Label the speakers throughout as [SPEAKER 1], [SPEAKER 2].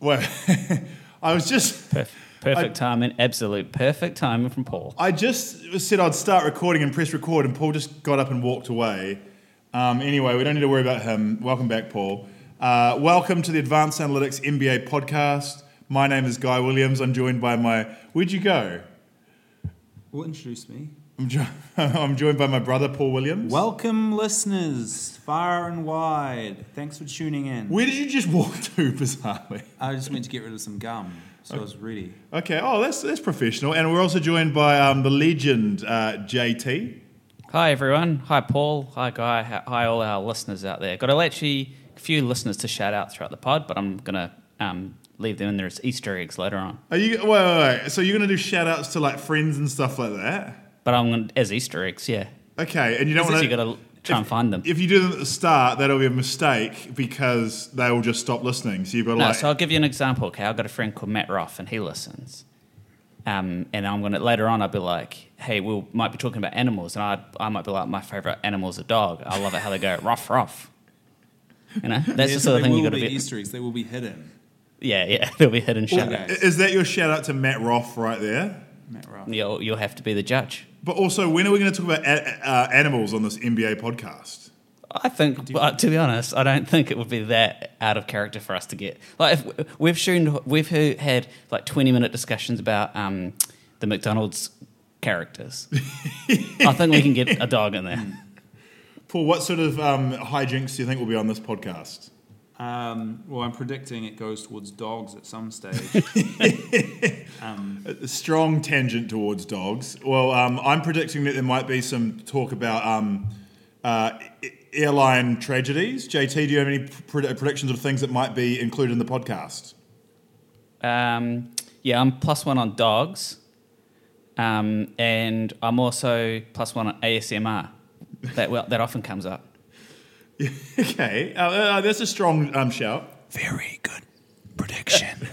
[SPEAKER 1] Well, I was just.
[SPEAKER 2] Perf- perfect timing, absolute perfect timing from Paul.
[SPEAKER 1] I just said I'd start recording and press record, and Paul just got up and walked away. Um, anyway, we don't need to worry about him. Welcome back, Paul. Uh, welcome to the Advanced Analytics MBA podcast. My name is Guy Williams. I'm joined by my. Where'd you go?
[SPEAKER 3] Well, introduce me.
[SPEAKER 1] I'm, jo- I'm joined by my brother, Paul Williams.
[SPEAKER 3] Welcome, listeners, far and wide. Thanks for tuning in.
[SPEAKER 1] Where did you just walk to, bizarrely?
[SPEAKER 3] I just meant to get rid of some gum, so I was ready.
[SPEAKER 1] Okay, oh, that's, that's professional. And we're also joined by um, the legend, uh, JT.
[SPEAKER 2] Hi everyone. Hi Paul. Hi Guy. Hi hi all our listeners out there. Got a actually few listeners to shout out throughout the pod, but I'm gonna um, leave them in there as Easter eggs later on.
[SPEAKER 1] Are you, wait, wait, wait. So you're going to do shout outs to like friends and stuff like that?
[SPEAKER 2] But I'm gonna as Easter eggs, yeah.
[SPEAKER 1] Okay, and you don't
[SPEAKER 2] Because
[SPEAKER 1] want
[SPEAKER 2] you gotta try and find them.
[SPEAKER 1] If you do them at the start, that'll be a mistake because they will just stop listening. So you've got to
[SPEAKER 2] No,
[SPEAKER 1] like.
[SPEAKER 2] so I'll give you an example. Okay, I've got a friend called Matt Roth, and he listens. Um, and I'm gonna later on, I'll be like, "Hey, we might be talking about animals," and I, I might be like, "My favorite animal's a dog. I love it how they go rough, rough." You know, that's the
[SPEAKER 3] Yes,
[SPEAKER 2] sort of
[SPEAKER 3] they
[SPEAKER 2] thing
[SPEAKER 3] will
[SPEAKER 2] you got to
[SPEAKER 3] be
[SPEAKER 2] be.
[SPEAKER 3] Easter eggs. They will be hidden.
[SPEAKER 2] Yeah, yeah, they'll be hidden shout
[SPEAKER 3] Okay.
[SPEAKER 2] out.
[SPEAKER 1] I- is that your shout out to Matt Roth right there?
[SPEAKER 3] Matt Ruff.
[SPEAKER 2] You'll you'll have to be the judge.
[SPEAKER 1] But also, when are we going to talk about a- uh, animals on this NBA podcast?
[SPEAKER 2] I think, but to be honest, I don't think it would be that out of character for us to get. Like, if we've shown, we've he- had like twenty minute discussions about um, the McDonald's characters. I think we can get a dog in there.
[SPEAKER 1] Paul, what sort of um, hijinks do you think will be on this podcast?
[SPEAKER 3] Um, well, I'm predicting it goes towards dogs at some stage.
[SPEAKER 1] A strong tangent towards dogs. Well, um, I'm predicting that there might be some talk about um, uh, a- airline tragedies. JT, do you have any pred- predictions of things that might be included in the podcast?
[SPEAKER 2] Um, yeah, I'm plus one on dogs, um, and I'm also plus one on ASMR. That well, that often comes up.
[SPEAKER 1] Okay, uh, uh, that's a strong um, shout.
[SPEAKER 3] Very good prediction.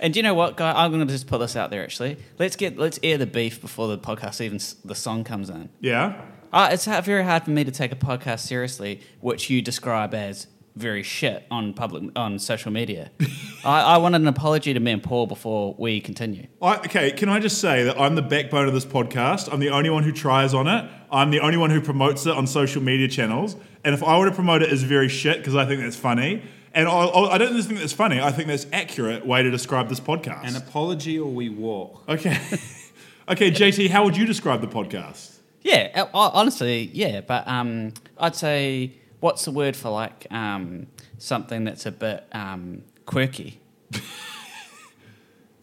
[SPEAKER 2] And do you know what, guy? I'm going to just put this out there. Actually, let's get let's air the beef before the podcast even s- the song comes in.
[SPEAKER 1] Yeah.
[SPEAKER 2] Uh, it's ha- very hard for me to take a podcast seriously, which you describe as very shit on public on social media. I, I wanted an apology to me and Paul before we continue.
[SPEAKER 1] I, okay, can I just say that I'm the backbone of this podcast? I'm the only one who tries on it. I'm the only one who promotes it on social media channels. And if I were to promote it as very shit, because I think that's funny, and I, I I don't just think that's funny, I think that's accurate way to describe this podcast.
[SPEAKER 3] An apology or we walk.
[SPEAKER 1] okay. okay, JT, how would you describe the podcast?
[SPEAKER 2] Yeah, uh, ho- honestly, yeah. But um, I'd say what's the word for like um, something that's a bit um, quirky,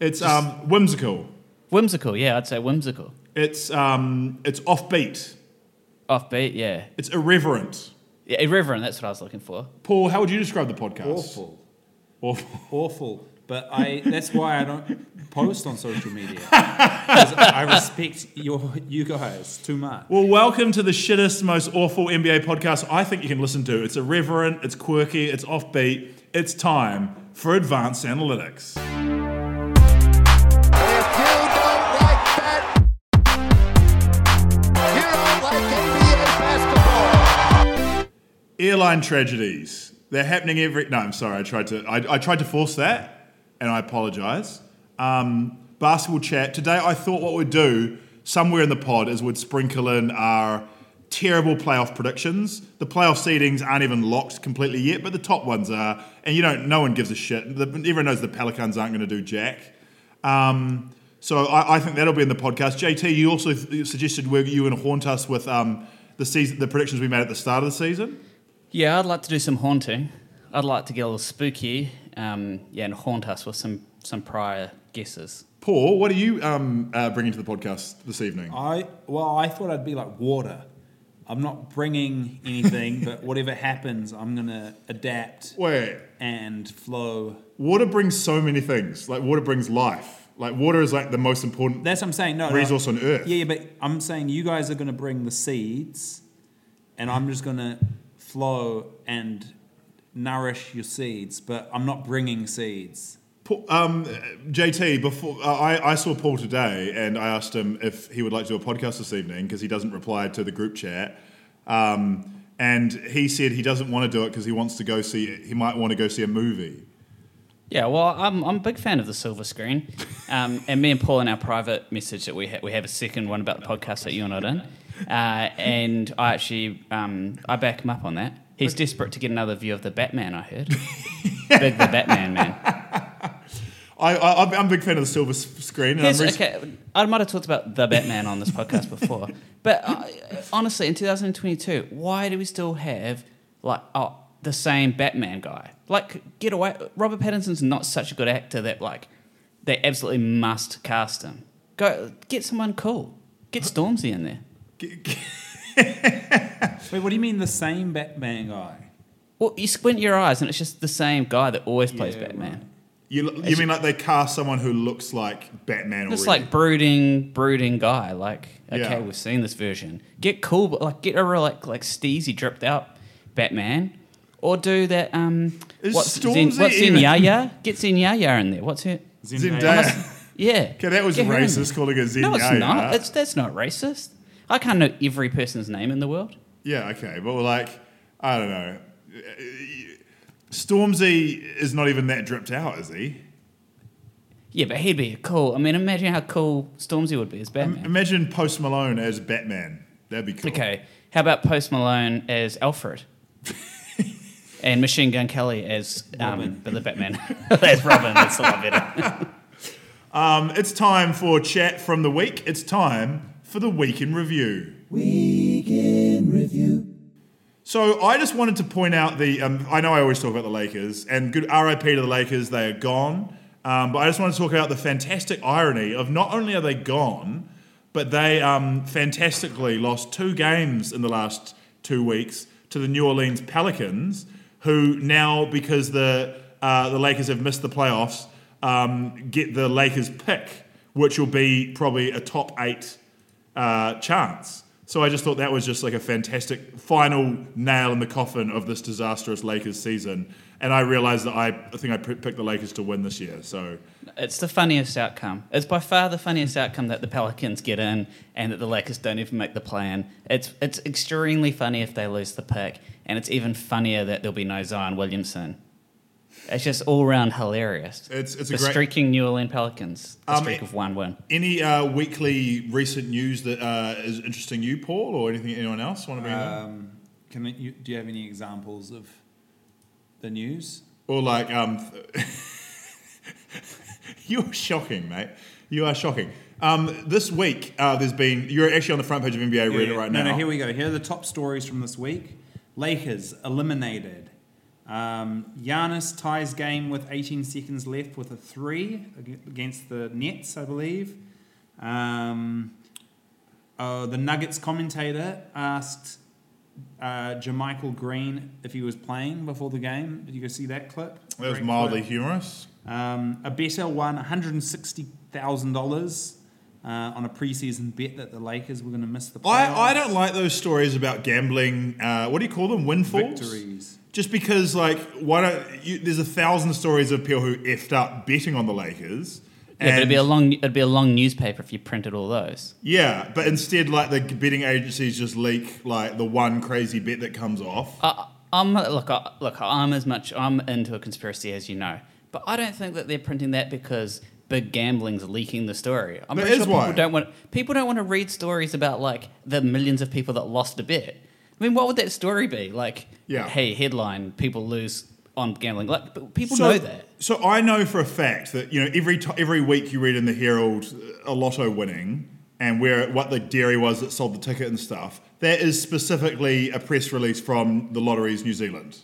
[SPEAKER 1] It's um, whimsical.
[SPEAKER 2] whimsical? Yeah, I'd say whimsical,
[SPEAKER 1] It's um, it's offbeat.
[SPEAKER 2] offbeat. Yeah,
[SPEAKER 1] It's irreverent.
[SPEAKER 2] yeah irreverent. That's what I was looking for.
[SPEAKER 1] Paul, how would you describe the podcast?
[SPEAKER 3] Awful.
[SPEAKER 1] Awful.
[SPEAKER 3] Awful. But I that's why I don't post on social media. 'Cause I respect your you guys too much.
[SPEAKER 1] Well, welcome to the shittest, most awful NBA podcast I think you can listen to. It's irreverent, it's quirky, it's offbeat. It's time for advanced analytics.
[SPEAKER 4] If you don't like that, you don't like NBA basketball.
[SPEAKER 1] Airline tragedies. They're happening every. No, I'm sorry. I tried to. I, I tried to force that, and I apologise. Um, basketball chat today. I thought what we'd do somewhere in the pod is we'd sprinkle in our terrible playoff predictions. The playoff seedings aren't even locked completely yet, but the top ones are. And you don't. No one gives a shit. The, everyone knows the Pelicans aren't going to do jack. Um, so I, I think that'll be in the podcast. JT, you also th- suggested where you were going to haunt us with um, the season, the predictions we made at the start of the season.
[SPEAKER 2] Yeah, I'd like to do some haunting. I'd like to get a little spooky, um, yeah, and haunt us with some some prior guesses.
[SPEAKER 1] Paul, what are you um, uh, bringing to the podcast this evening?
[SPEAKER 2] Oh.
[SPEAKER 3] I well, I thought I'd be like water. I'm not bringing anything, but whatever happens, I'm gonna adapt
[SPEAKER 1] Wait,
[SPEAKER 3] and flow.
[SPEAKER 1] water brings so many things. Like water brings life. Like water is like the most important
[SPEAKER 3] That's what I'm saying.
[SPEAKER 2] uh,
[SPEAKER 3] No, no.
[SPEAKER 1] resource on earth.
[SPEAKER 3] Yeah, yeah, but I'm saying you guys are gonna bring the seeds, and I'm just gonna flow and nourish your seeds. But I'm not bringing seeds.
[SPEAKER 1] Paul, um, JT, before uh, I, I saw Paul today, and I asked him if he would like to do a podcast this evening because he doesn't reply to the group chat. Um, and he said he doesn't want to do it because he wants to go see. He might want to go see a movie.
[SPEAKER 2] Yeah, well, I'm, I'm a big fan of the silver screen. Um, and me and Paul in our private message that we ha- we have a second one about the podcast that you're not in. Uh, and I actually um, I back him up on that. He's desperate to get another view of the Batman. I heard. big the Batman man.
[SPEAKER 1] I, I, I'm- I'm a big fan of the silver s- screen. And I'm
[SPEAKER 2] Here's-
[SPEAKER 1] rec-
[SPEAKER 2] okay, I might have talked about the Batman on this podcast before, but uh, honestly, in 2022, why do we still have like oh, the same Batman guy? Like, get away! Robert Pattinson's not such a good actor that like they absolutely must cast him. Go get someone cool. Get Stormzy in there.
[SPEAKER 1] G- g-
[SPEAKER 3] Wait, what do you mean the same Batman guy?
[SPEAKER 2] Well, you squint your eyes and it's just the same guy that always plays
[SPEAKER 3] Yeah,
[SPEAKER 2] Batman.
[SPEAKER 3] right.
[SPEAKER 1] You, you mean like they cast someone who looks like Batman
[SPEAKER 2] This
[SPEAKER 1] already?
[SPEAKER 2] like brooding, brooding guy. Like, okay,
[SPEAKER 1] Yeah.
[SPEAKER 2] we've seen this version. Get cool, but like, get a real like like steezy dripped out Batman, or do that. Um,
[SPEAKER 1] Is
[SPEAKER 2] what's
[SPEAKER 1] Stormzy
[SPEAKER 2] Zen, what's in
[SPEAKER 1] even-
[SPEAKER 2] Yaya? Get Zen Yaya in there. What's it?
[SPEAKER 1] Zendaya.
[SPEAKER 2] Yeah.
[SPEAKER 1] Okay, that was
[SPEAKER 2] Get her in
[SPEAKER 1] racist
[SPEAKER 2] there.
[SPEAKER 1] calling it Zen
[SPEAKER 2] No, it's
[SPEAKER 1] Yaya.
[SPEAKER 2] not. It's that's not racist. I can't know every person's name in the world.
[SPEAKER 1] Yeah, okay, but like, I don't know. Stormzy is not even that dripped out, is he?
[SPEAKER 2] Yeah, but he'd be cool. I mean, imagine how cool Stormzy would be as Batman.
[SPEAKER 1] Imagine Post Malone as Batman. That'd be cool.
[SPEAKER 2] Okay. How about Post Malone as Alfred? and Machine Gun Kelly as um, the Batman. as Robin. That's a lot better.
[SPEAKER 1] Um, it's time for chat from the week. It's time for the week in review. So I just wanted to point out the. Um, I know I always talk about the Lakers, and good RIP to the Lakers. They are gone. Um, but I just want to talk about the fantastic irony of not only are they gone, but they um, fantastically lost two games in the last two weeks to the New Orleans Pelicans, who now because the uh, the Lakers have missed the playoffs, um, get the Lakers pick, which will be probably a top eight uh, chance. So I just thought that was just like a fantastic final nail in the coffin of this disastrous Lakers season. And I realized that I, I think I p- picked the Lakers to win this year. So
[SPEAKER 2] It's the funniest outcome. It's by far the funniest outcome that the Pelicans get in and that the Lakers don't even make the plan. It's it's extremely funny if they lose the pick, and it's even funnier that there'll be no Zion Williamson. It's just all round hilarious.
[SPEAKER 1] It's- it's a
[SPEAKER 2] the
[SPEAKER 1] great-
[SPEAKER 2] streaking New Orleans Pelicans. The
[SPEAKER 1] Um,
[SPEAKER 2] streak
[SPEAKER 1] it-
[SPEAKER 2] of one win.
[SPEAKER 1] any uh, weekly recent news that uh, is interesting you, Paul, or anything anyone else want to bring up?
[SPEAKER 3] Um, can I- you, do you have any examples of the news?
[SPEAKER 1] Or like, um, th- you're shocking, mate. You are shocking. Um, this week, uh, there's been. You're actually on the front page of NBA Read
[SPEAKER 3] Yeah,
[SPEAKER 1] It
[SPEAKER 3] yeah.
[SPEAKER 1] right
[SPEAKER 3] no,
[SPEAKER 1] now.
[SPEAKER 3] No, here we go. Here are the top stories from this week. Lakers eliminated. Um, Giannis ties game with 18 seconds left with a three ag- against the Nets, I believe. Um, oh, the Nuggets commentator asked uh, Jermichael Green if he was playing before the game. Did you go see that clip?
[SPEAKER 1] that was
[SPEAKER 3] Great
[SPEAKER 1] mildly
[SPEAKER 3] clip.
[SPEAKER 1] humorous.
[SPEAKER 3] Um, a better won $160,000 uh, on a preseason bet that the Lakers were going to miss the playoffs.
[SPEAKER 1] I, I don't like those stories about gambling. Uh, what do you call them? Windfalls.
[SPEAKER 3] victories.
[SPEAKER 1] Just because, like, why don't you? There's a thousand stories of people who effed up betting on the Lakers.
[SPEAKER 2] Yeah, but it'd be a
[SPEAKER 1] and-
[SPEAKER 2] long it'd be a long newspaper if you printed all those.
[SPEAKER 1] yeah, but instead, like, the betting agencies just leak like the one crazy bet that comes off.
[SPEAKER 2] I, I'm look, I, look. I'm as much I'm into a conspiracy as you know, but I don't think that they're printing that because big gambling's leaking the story. I'm
[SPEAKER 1] That
[SPEAKER 2] pretty
[SPEAKER 1] is
[SPEAKER 2] sure
[SPEAKER 1] why.
[SPEAKER 2] people don't want people don't want to read stories about like the millions of people that lost a bet. I mean, what would that story be like?
[SPEAKER 1] Yeah.
[SPEAKER 2] Hey, headline: People lose on gambling. Like but people
[SPEAKER 1] so,
[SPEAKER 2] know that.
[SPEAKER 1] So I know for a fact that you know every t- every week you read in the Herald uh, a lotto winning and where what the dairy was that sold the ticket and stuff. That is specifically a press release from the Lotteries New Zealand.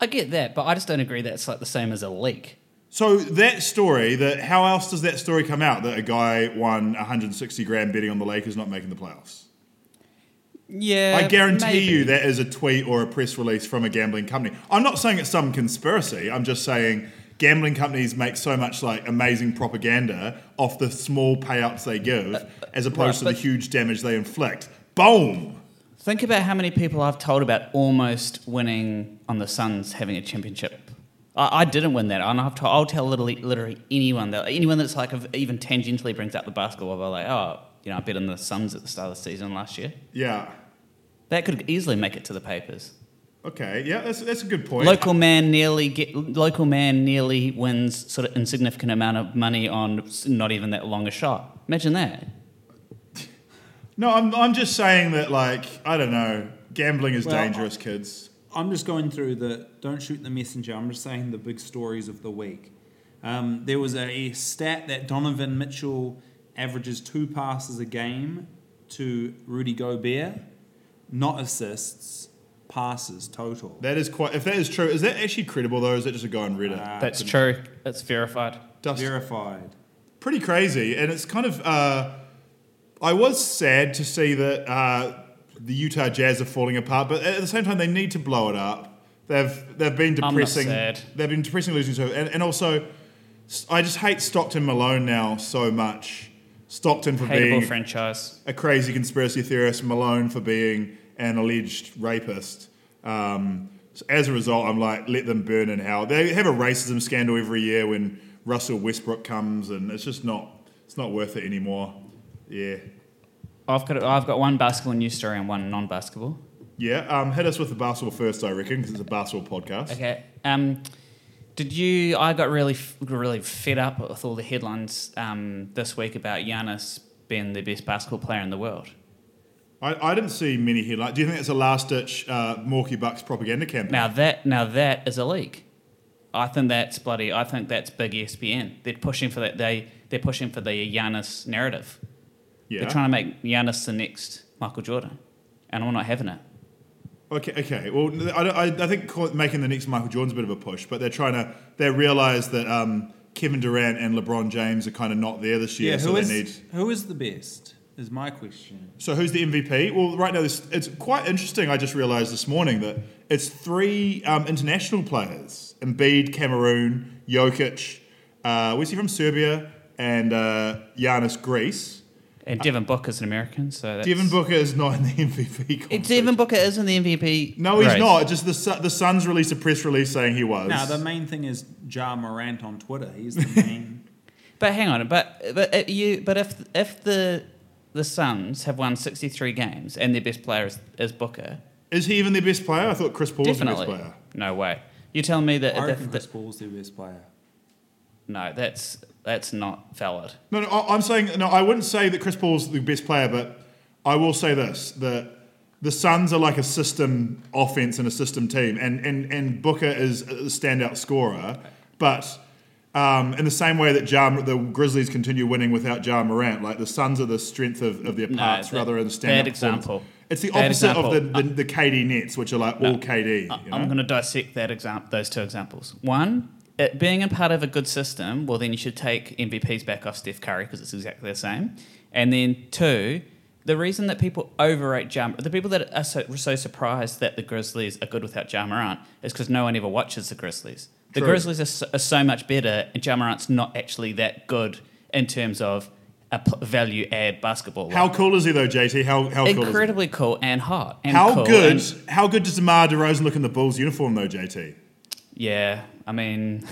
[SPEAKER 2] I get that, but I just don't agree that it's like the same as a leak.
[SPEAKER 1] So that story, that how else does that story come out that a guy won 160 grand betting on the Lakers not making the playoffs?
[SPEAKER 2] Yeah,
[SPEAKER 1] I guarantee
[SPEAKER 2] Uh, maybe.
[SPEAKER 1] you that is a tweet or a press release from a gambling company. I'm not saying it's some conspiracy. I'm just saying gambling companies make so much like amazing propaganda off the small payouts they give as
[SPEAKER 2] Uh, right,
[SPEAKER 1] opposed to the
[SPEAKER 2] but-
[SPEAKER 1] huge damage they inflict. Boom.
[SPEAKER 2] Think about how many people I've told about almost winning on the Suns having a championship. I, I didn't win that, and I've told, I'll tell literally, literally anyone that anyone that's like of- even tangentially brings up the basketball. They're like, oh, you know, I bet on the Suns at the start of the season last year.
[SPEAKER 1] Yeah.
[SPEAKER 2] That could easily make it to the papers.
[SPEAKER 1] Okay, yeah, that's, that's a good point.
[SPEAKER 2] Local man nearly get, local man nearly wins sort of insignificant amount of money on s- not even that long a shot. Imagine that.
[SPEAKER 1] No, I'm, I'm just saying that, like, I don't know, gambling is
[SPEAKER 3] Well,
[SPEAKER 1] dangerous, kids.
[SPEAKER 3] I'm just going through the don't shoot the messenger. I'm just saying the big stories of the week. Um, there was a stat that Donovan Mitchell averages two passes a game to Rudy Gobert, not assists, passes total.
[SPEAKER 1] That is quite. If that is true, is that actually credible though? Or is that just a guy on Reddit?
[SPEAKER 3] Uh,
[SPEAKER 2] That's true. That's verified.
[SPEAKER 1] Dust-
[SPEAKER 3] verified.
[SPEAKER 1] pretty crazy, and it's kind of. Uh, I was sad to see that uh, the Utah Jazz are falling apart, but at the same time, they need to blow it up. They've they've been
[SPEAKER 2] not
[SPEAKER 1] depressing.
[SPEAKER 2] sad.
[SPEAKER 1] They've been depressing losing to, and, and also, s- I just hate Stockton Malone now so much. Stockton for
[SPEAKER 2] Hateable
[SPEAKER 1] being
[SPEAKER 2] franchise.
[SPEAKER 1] a crazy conspiracy theorist, Malone for being an alleged rapist. Um, so as a result, I'm like, let them burn in hell. They have a racism scandal every year when Russell Westbrook comes, and it's just not, it's not worth it anymore. Yeah,
[SPEAKER 2] I've got I've got one basketball news story and one non-basketball.
[SPEAKER 1] yeah. Um, hit us with the basketball first, I reckon, because it's a basketball podcast.
[SPEAKER 2] Okay. Um, did you? I got really, f- really fed up with all the headlines um, this week about Giannis being the best basketball player in the world.
[SPEAKER 1] I, I didn't see many headlines. Do you think it's a last-ditch uh, Morky Bucks propaganda campaign?
[SPEAKER 2] Now that, now that is a leak. I think that's bloody. I think that's big E ESPN. They're pushing for that. They they're pushing for the Giannis narrative.
[SPEAKER 1] yeah.
[SPEAKER 2] They're trying to make Giannis the next Michael Jordan, and I'm not having it.
[SPEAKER 1] Okay, okay. Well, I, don't- I, I think ca- making the next Michael Jordan's a bit of a push, but they're trying to they realise that um, Kevin Durant and LeBron James are kind of not there this year,
[SPEAKER 3] Yeah,
[SPEAKER 1] so
[SPEAKER 3] who
[SPEAKER 1] they
[SPEAKER 3] is
[SPEAKER 1] need.
[SPEAKER 3] who is the best? Is my question.
[SPEAKER 1] So who's the MVP? Well, right now this, it's quite interesting. I just realised this morning that it's three um, international players: Embiid, Cameroon, Jokic. Uh, where's he from? Serbia and uh, Giannis, Greece.
[SPEAKER 2] And Devin Booker's an American, so that's,
[SPEAKER 1] Uh, Devin Booker is not in the MVP.
[SPEAKER 2] It-
[SPEAKER 1] conversation.
[SPEAKER 2] Devin Booker isn't the MVP.
[SPEAKER 1] No, he's
[SPEAKER 2] race.
[SPEAKER 1] not. Just the Su- the Suns released a press release saying he was.
[SPEAKER 3] Now the main thing is Ja Morant on Twitter. He's the main.
[SPEAKER 2] But hang on, but but if you but if if the the Suns have won sixty three games and their best player is, is Booker,
[SPEAKER 1] Is he even their best player? I thought Chris Paul
[SPEAKER 2] definitely
[SPEAKER 1] was the best player.
[SPEAKER 2] no way. You tell me that,
[SPEAKER 3] I
[SPEAKER 2] that,
[SPEAKER 3] reckon
[SPEAKER 2] that-
[SPEAKER 3] Chris Paul's their best player.
[SPEAKER 2] no, that's that's not valid.
[SPEAKER 1] No, no, I- I'm saying no. I wouldn't say that Chris Paul's the best player, but I will say this: that the Suns are like a system offense and a system team, and and and Booker is a standout scorer, but. Um, in the same way that ja, the Grizzlies continue winning without Ja Morant, like the Suns are the strength of, of their
[SPEAKER 2] No,
[SPEAKER 1] parts
[SPEAKER 2] that-
[SPEAKER 1] rather than the standout.
[SPEAKER 2] bad
[SPEAKER 1] performance.
[SPEAKER 2] example.
[SPEAKER 1] It's the
[SPEAKER 2] Bad
[SPEAKER 1] opposite of the,
[SPEAKER 2] example.
[SPEAKER 1] the, the KD Nets, which are like all KD.
[SPEAKER 2] I-
[SPEAKER 1] you
[SPEAKER 2] Uh, I'm
[SPEAKER 1] know?
[SPEAKER 2] going to dissect that example, those two examples. One, it being a part of a good system, well, then you should take MVPs back off Steph Curry because it's exactly the same. And then two, the reason that people overrate Jam, the people that are so, so surprised that the Grizzlies are good without Ja Morant is because no one ever watches the Grizzlies. The
[SPEAKER 1] True.
[SPEAKER 2] Grizzlies are so, are so much better, and Ja Morant's not actually that good in terms of a p- value add basketball.
[SPEAKER 1] How cool is he though, JT? How how cool is he?
[SPEAKER 2] Incredibly cool and hot. And
[SPEAKER 1] How
[SPEAKER 2] cool
[SPEAKER 1] good?
[SPEAKER 2] and-
[SPEAKER 1] how good does DeMar DeRozan look in the Bulls uniform, though, JT?
[SPEAKER 2] Yeah, I mean,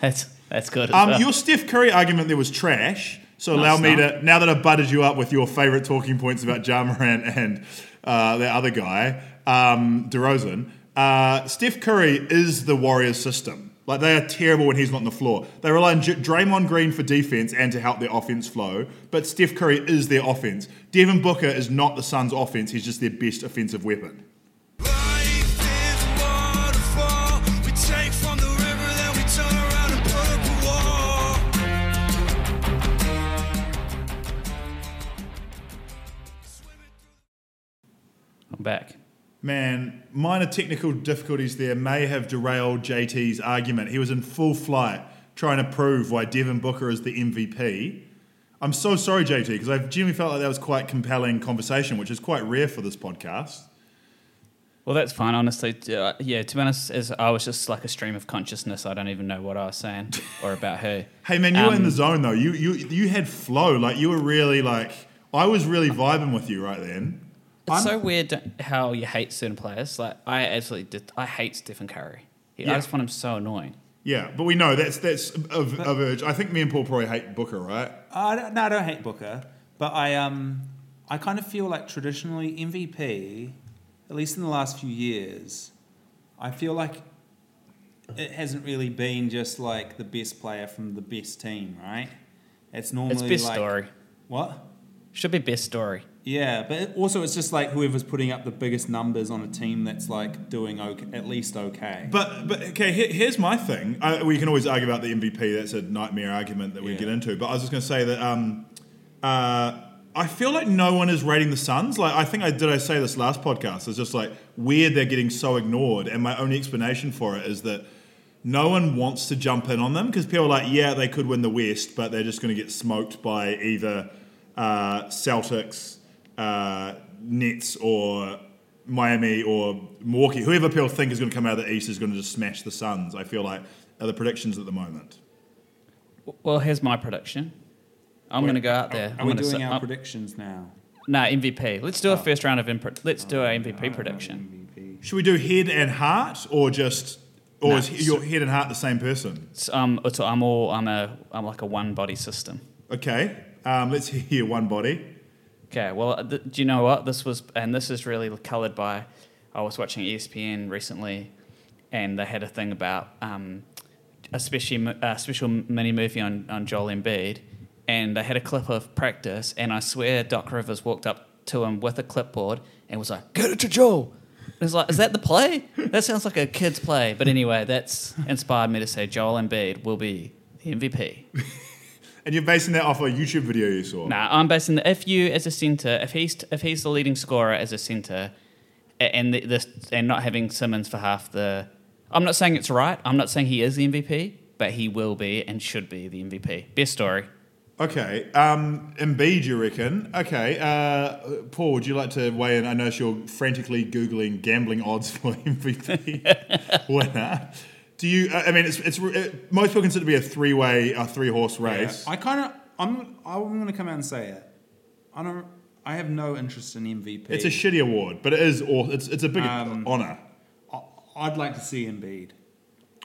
[SPEAKER 2] that's that's good. As
[SPEAKER 1] Um,
[SPEAKER 2] well.
[SPEAKER 1] Your Steph Curry argument there was trash. So
[SPEAKER 2] No,
[SPEAKER 1] allow
[SPEAKER 2] it's
[SPEAKER 1] me
[SPEAKER 2] not.
[SPEAKER 1] to now that I've buttered you up with your favorite talking points about Ja Morant and uh, that other guy, um, DeRozan. Uh, Steph Curry is the Warriors system. Like they are terrible when he's not on the floor. They rely on J- Draymond Green for defense and to help their offense flow. But Steph Curry is their offense. Devin Booker is not the Suns' offense. He's just their best offensive weapon.
[SPEAKER 5] Life is a waterfall. We take from the river, then we turn around and put up a wall.
[SPEAKER 2] I'm back.
[SPEAKER 1] Man, minor technical difficulties there may have derailed JT's argument. He was in full flight trying to prove why Devin Booker is the MVP. I'm so sorry, JT, because I genuinely felt like that was quite compelling conversation, which is quite rare for this podcast.
[SPEAKER 2] Well, that's fine, honestly. Uh, yeah, to be honest, as I was just like a stream of consciousness. I don't even know what I was saying or about who.
[SPEAKER 1] Hey, man, you were in
[SPEAKER 2] Um,
[SPEAKER 1] the zone though. You you you had flow. Like you were really like I was really vibing with you right then.
[SPEAKER 2] It's so weird don't- how you hate certain players. Like I absolutely, did, I hate Stephen Curry. He,
[SPEAKER 1] Yeah.
[SPEAKER 2] I just find him so annoying.
[SPEAKER 1] Yeah, but we know that's that's a, a verge. I think me and Paul probably hate Booker, right?
[SPEAKER 3] I don't, no, I don't hate Booker, but I um, I kind of feel like traditionally MVP, at least in the last few years, I feel like it hasn't really been just like the best player from the best team, right? It's normally
[SPEAKER 2] It's best
[SPEAKER 3] like,
[SPEAKER 2] story.
[SPEAKER 3] What?
[SPEAKER 2] Should be best story.
[SPEAKER 3] Yeah, but it- also it's just like whoever's putting up the biggest numbers on a team that's like doing okay, at least okay.
[SPEAKER 1] But but okay, here, here's my thing. I, we can always argue about the MVP. That's a nightmare argument that we
[SPEAKER 3] Yeah.
[SPEAKER 1] get into. But I was just going to say that um, uh, I feel like no one is rating the Suns. Like I think I did. I say this last podcast. It's just like weird they're getting so ignored. And my only explanation for it is that no one wants to jump in on them because people are like, yeah, they could win the West, but they're just going to get smoked by either uh, Celtics, uh, Nets, or Miami or Milwaukee. Whoever people think is going to come out of the East is going to just smash the Suns. I feel like are the predictions at the moment.
[SPEAKER 2] W- Well, here's my prediction. I'm going to go out there.
[SPEAKER 3] Are
[SPEAKER 2] I'm
[SPEAKER 3] we
[SPEAKER 2] gonna
[SPEAKER 3] doing
[SPEAKER 2] say-
[SPEAKER 3] our Oh.
[SPEAKER 2] I'm-
[SPEAKER 3] predictions now?
[SPEAKER 2] No, MVP. Let's do a first round of input. Let's do our
[SPEAKER 3] Oh.
[SPEAKER 2] MVP prediction.
[SPEAKER 3] MVP.
[SPEAKER 1] Should we do head and heart, or just, or
[SPEAKER 2] Nah,
[SPEAKER 1] is he- your head and heart the same person?
[SPEAKER 2] It's, um, it's, I'm all. I'm a. I'm like a one body system.
[SPEAKER 1] Okay, um, let's hear one body.
[SPEAKER 2] Okay. Well, uh, th- do you know what this was? And this is really coloured by. I was watching E ESPN recently, and they had a thing about um, a special a special mini movie on on Joel Embiid, and they had a clip of practice, and I swear Doc Rivers walked up to him with a clipboard and was like, "Get it to Joel." And It's like, is that the play? That sounds like a kid's play. But anyway, that's inspired me to say Joel Embiid will be the MVP.
[SPEAKER 1] And you're basing that off a YouTube video you saw.
[SPEAKER 2] Nah, I'm basing the, if you as a centre, if he's if he's the leading scorer as a centre, a- and the, this and not having Simmons for half the, I'm not saying it's right. I'm not saying he is the MVP, but he will be and should be the MVP. Best story.
[SPEAKER 1] Okay, um, Embiid, you reckon? Okay, uh, Paul, would you like to weigh in? I notice you're frantically googling gambling odds for MVP winner. Do you? uh, I I mean, it's, it's it, most people consider it to be a three-way, a three-horse race.
[SPEAKER 3] I kind of I'm I'm going to come out and say it. I don't. I have no interest in MVP.
[SPEAKER 1] it's a shitty award, but it is. aw- It's it's a big
[SPEAKER 3] Um,
[SPEAKER 1] honor.
[SPEAKER 3] I- I'd like to see Embiid.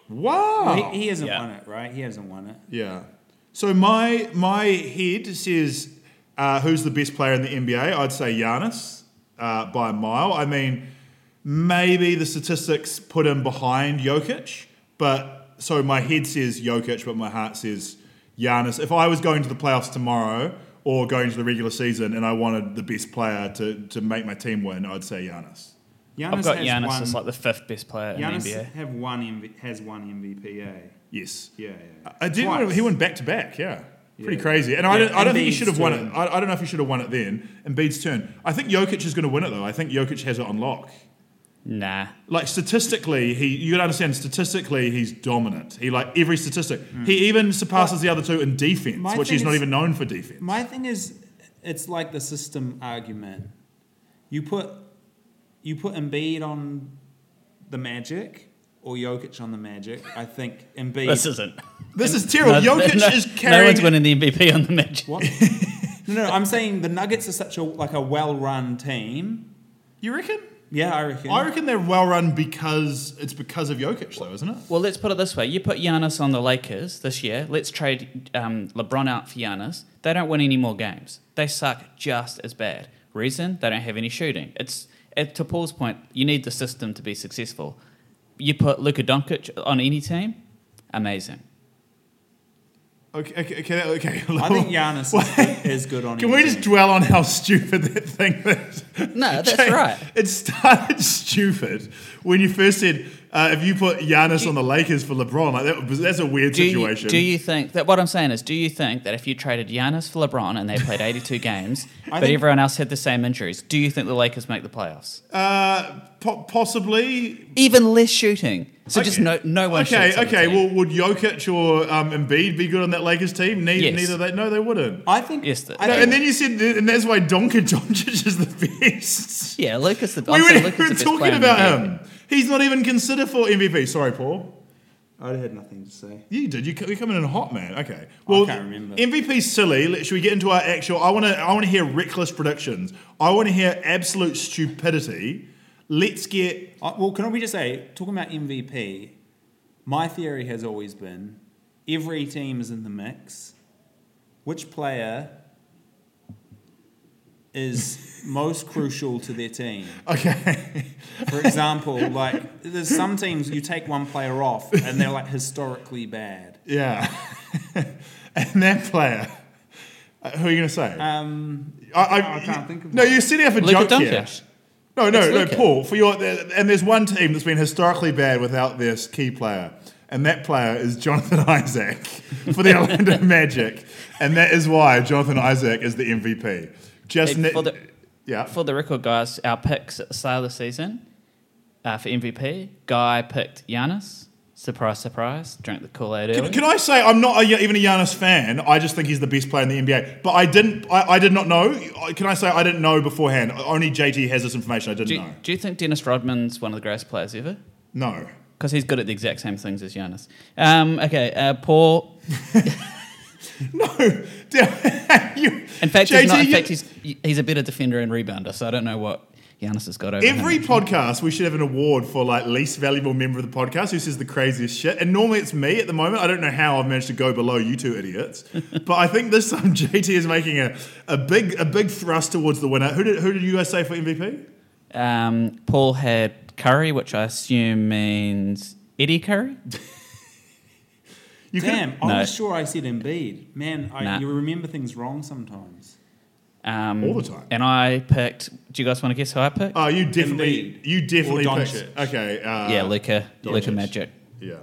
[SPEAKER 1] Wow.
[SPEAKER 3] Well, he, he hasn't
[SPEAKER 2] Oh, Yeah.
[SPEAKER 3] won it, right? He hasn't won it.
[SPEAKER 1] Yeah. So my my head says uh, who's the best player in the NBA? I'd say Giannis uh, by a mile. I mean, maybe the statistics put him behind Jokic, but so my head says Jokic, but my heart says Giannis. If I was going to the playoffs tomorrow or going to the regular season and I wanted the best player to, to make my team win, I'd say Giannis.
[SPEAKER 3] Giannis
[SPEAKER 2] I've got
[SPEAKER 3] has
[SPEAKER 2] Giannis
[SPEAKER 3] won,
[SPEAKER 2] as like the fifth best player in the
[SPEAKER 3] Giannis
[SPEAKER 2] NBA.
[SPEAKER 3] have one MV, has one MVP. Yeah,
[SPEAKER 1] Yes.
[SPEAKER 3] yeah. yeah.
[SPEAKER 1] I did.
[SPEAKER 3] Twice.
[SPEAKER 1] Win, he went back to back. Yeah, pretty
[SPEAKER 3] Yeah.
[SPEAKER 1] crazy. And I
[SPEAKER 3] Yeah,
[SPEAKER 1] don't. I don't think he
[SPEAKER 3] Embiid's
[SPEAKER 1] should have won
[SPEAKER 3] turn.
[SPEAKER 1] it. I, I don't know if he should have won it then. Embiid's turn. I think Jokic is going to win it though. I think Jokic has it on lock.
[SPEAKER 2] Nah.
[SPEAKER 1] Like statistically, he you gotta understand. Statistically, he's dominant. He like every statistic. He even surpasses the other two in defense,
[SPEAKER 3] my
[SPEAKER 1] which
[SPEAKER 3] thing
[SPEAKER 1] he's not
[SPEAKER 3] is-
[SPEAKER 1] even known for defense.
[SPEAKER 3] My thing is, it's like the system argument. You put you put Embiid on the Magic or Jokic on the Magic. I think Embiid.
[SPEAKER 2] This isn't.
[SPEAKER 1] this is terrible.
[SPEAKER 2] No,
[SPEAKER 1] Jokic
[SPEAKER 2] no-
[SPEAKER 1] is
[SPEAKER 2] No
[SPEAKER 1] carrying.
[SPEAKER 2] one's winning the MVP on the match.
[SPEAKER 3] what? no, no. I'm saying the Nuggets are such a like a well-run team.
[SPEAKER 1] you reckon?
[SPEAKER 3] Yeah, I reckon.
[SPEAKER 1] I reckon they're well run because it's because of Jokic, though, isn't it?
[SPEAKER 2] Well, let's put it this way: you put Giannis on the Lakers this year. Let's trade um, LeBron out for Giannis. They don't win any more games. They suck just as bad. Reason: they don't have any shooting. It's it, to Paul's point. You need the system to be successful. You put Luka Doncic on any team, amazing.
[SPEAKER 1] Okay, okay, okay. okay.
[SPEAKER 3] I think Giannis is good, is good on.
[SPEAKER 1] Can we
[SPEAKER 3] any
[SPEAKER 1] just
[SPEAKER 3] team.
[SPEAKER 1] dwell on how stupid that thing is?
[SPEAKER 2] No, that's
[SPEAKER 1] Jay,
[SPEAKER 2] right.
[SPEAKER 1] It started stupid when you first said uh, if you put Giannis on the Lakers for LeBron, like that, was- that's a weird
[SPEAKER 2] Do you,
[SPEAKER 1] situation.
[SPEAKER 2] do you think that what I'm saying is? Do you think that if you traded Giannis for LeBron and they played 82 games, but
[SPEAKER 3] think-
[SPEAKER 2] everyone else had the same injuries, do you think the Lakers make the playoffs?
[SPEAKER 1] uh, po- possibly.
[SPEAKER 2] Even less shooting. So just
[SPEAKER 1] Okay.
[SPEAKER 2] no, no one.
[SPEAKER 1] Okay,
[SPEAKER 2] shoots on the
[SPEAKER 1] okay.
[SPEAKER 2] team.
[SPEAKER 1] Well, would Jokic or um, Embiid be good on that Lakers team? Neither,
[SPEAKER 2] Yes.
[SPEAKER 1] neither they. No, they wouldn't.
[SPEAKER 3] I think.
[SPEAKER 2] Yes, the-
[SPEAKER 3] I
[SPEAKER 1] No,
[SPEAKER 3] think-
[SPEAKER 1] and then you said, and that's why Donka Doncic is the best.
[SPEAKER 2] Yeah, Lucas the
[SPEAKER 1] we
[SPEAKER 2] I'm saying
[SPEAKER 1] weren't
[SPEAKER 2] Lucas the
[SPEAKER 1] even
[SPEAKER 2] best player
[SPEAKER 1] talking
[SPEAKER 2] in the
[SPEAKER 1] about
[SPEAKER 2] game.
[SPEAKER 1] him. He's not even considered for MVP. Sorry, Paul.
[SPEAKER 3] I had nothing to say.
[SPEAKER 1] Yeah, you did. You, you coming in hot, man. Okay. Well,
[SPEAKER 3] can't remember.
[SPEAKER 1] MVP's silly. Let- Should we get into our actual? I want to. I want to hear reckless predictions. I want to hear absolute stupidity. Let's get.
[SPEAKER 3] Uh, well, can we just say, talking about MVP, my theory has always been every team is in the mix. Which player is most crucial to their team.
[SPEAKER 1] Okay.
[SPEAKER 3] For example, like there's some teams you take one player off and they're like historically bad.
[SPEAKER 1] yeah. and that player. uh, who are you going to say?
[SPEAKER 3] Um,
[SPEAKER 1] I, I,
[SPEAKER 3] I can't think of
[SPEAKER 1] No,
[SPEAKER 3] one.
[SPEAKER 1] you're setting up a
[SPEAKER 2] Luka
[SPEAKER 1] joke here.
[SPEAKER 2] Doncic.
[SPEAKER 1] No, no,
[SPEAKER 2] It's
[SPEAKER 1] no,
[SPEAKER 2] Luka.
[SPEAKER 1] Paul. For your and there's one team that's been historically bad without this key player, and that player is Jonathan Isaac for the Orlando Magic, and that is why Jonathan Isaac is the MVP. Just
[SPEAKER 2] Hey,
[SPEAKER 1] ne-
[SPEAKER 2] for the-
[SPEAKER 1] yeah,
[SPEAKER 2] For the record, guys, our picks at the start of the season uh, for MVP, Guy picked Giannis. Surprise, surprise. Drank the Kool Aid early.
[SPEAKER 1] Can I say I'm not a, even a Giannis fan? I just think he's the best player in the NBA. But I didn't. I, I did not know. I- Can I say I didn't know beforehand? Only JT has this information. I didn't
[SPEAKER 2] do, you-
[SPEAKER 1] know.
[SPEAKER 2] do you think Dennis Rodman's one of the greatest players ever?
[SPEAKER 1] No.
[SPEAKER 2] Because he's good at the exact same things as Giannis. Um, okay, uh, Paul.
[SPEAKER 1] No. You-
[SPEAKER 2] In fact, he's not. In
[SPEAKER 1] you-
[SPEAKER 2] fact, he's he's a better defender and rebounder. So I don't know what Giannis has got over him.
[SPEAKER 1] Every podcast, we should have an award for like least valuable member of the podcast who says the craziest shit. And normally it's me at the moment. I don't know how I've managed to go below you two idiots, but I think this time JT is making a, a big a big thrust towards the winner. Who did who did you guys say for MVP?
[SPEAKER 2] Um, Paul had Curry, which I assume means Eddie Curry.
[SPEAKER 1] You could've-
[SPEAKER 3] Damn, I
[SPEAKER 2] No.
[SPEAKER 3] was sure I said Embiid. Man, I,
[SPEAKER 2] Nah.
[SPEAKER 3] you remember things wrong sometimes.
[SPEAKER 2] Um,
[SPEAKER 1] All the time.
[SPEAKER 2] And I picked. Do you guys want to guess who I picked?
[SPEAKER 1] Oh, you definitely
[SPEAKER 3] Embiid.
[SPEAKER 1] you definitely
[SPEAKER 3] Or
[SPEAKER 1] picked
[SPEAKER 3] Doncic.
[SPEAKER 1] Okay. Uh,
[SPEAKER 2] yeah, Luca.
[SPEAKER 1] Doncic.
[SPEAKER 2] Luca Magic.
[SPEAKER 1] Yeah.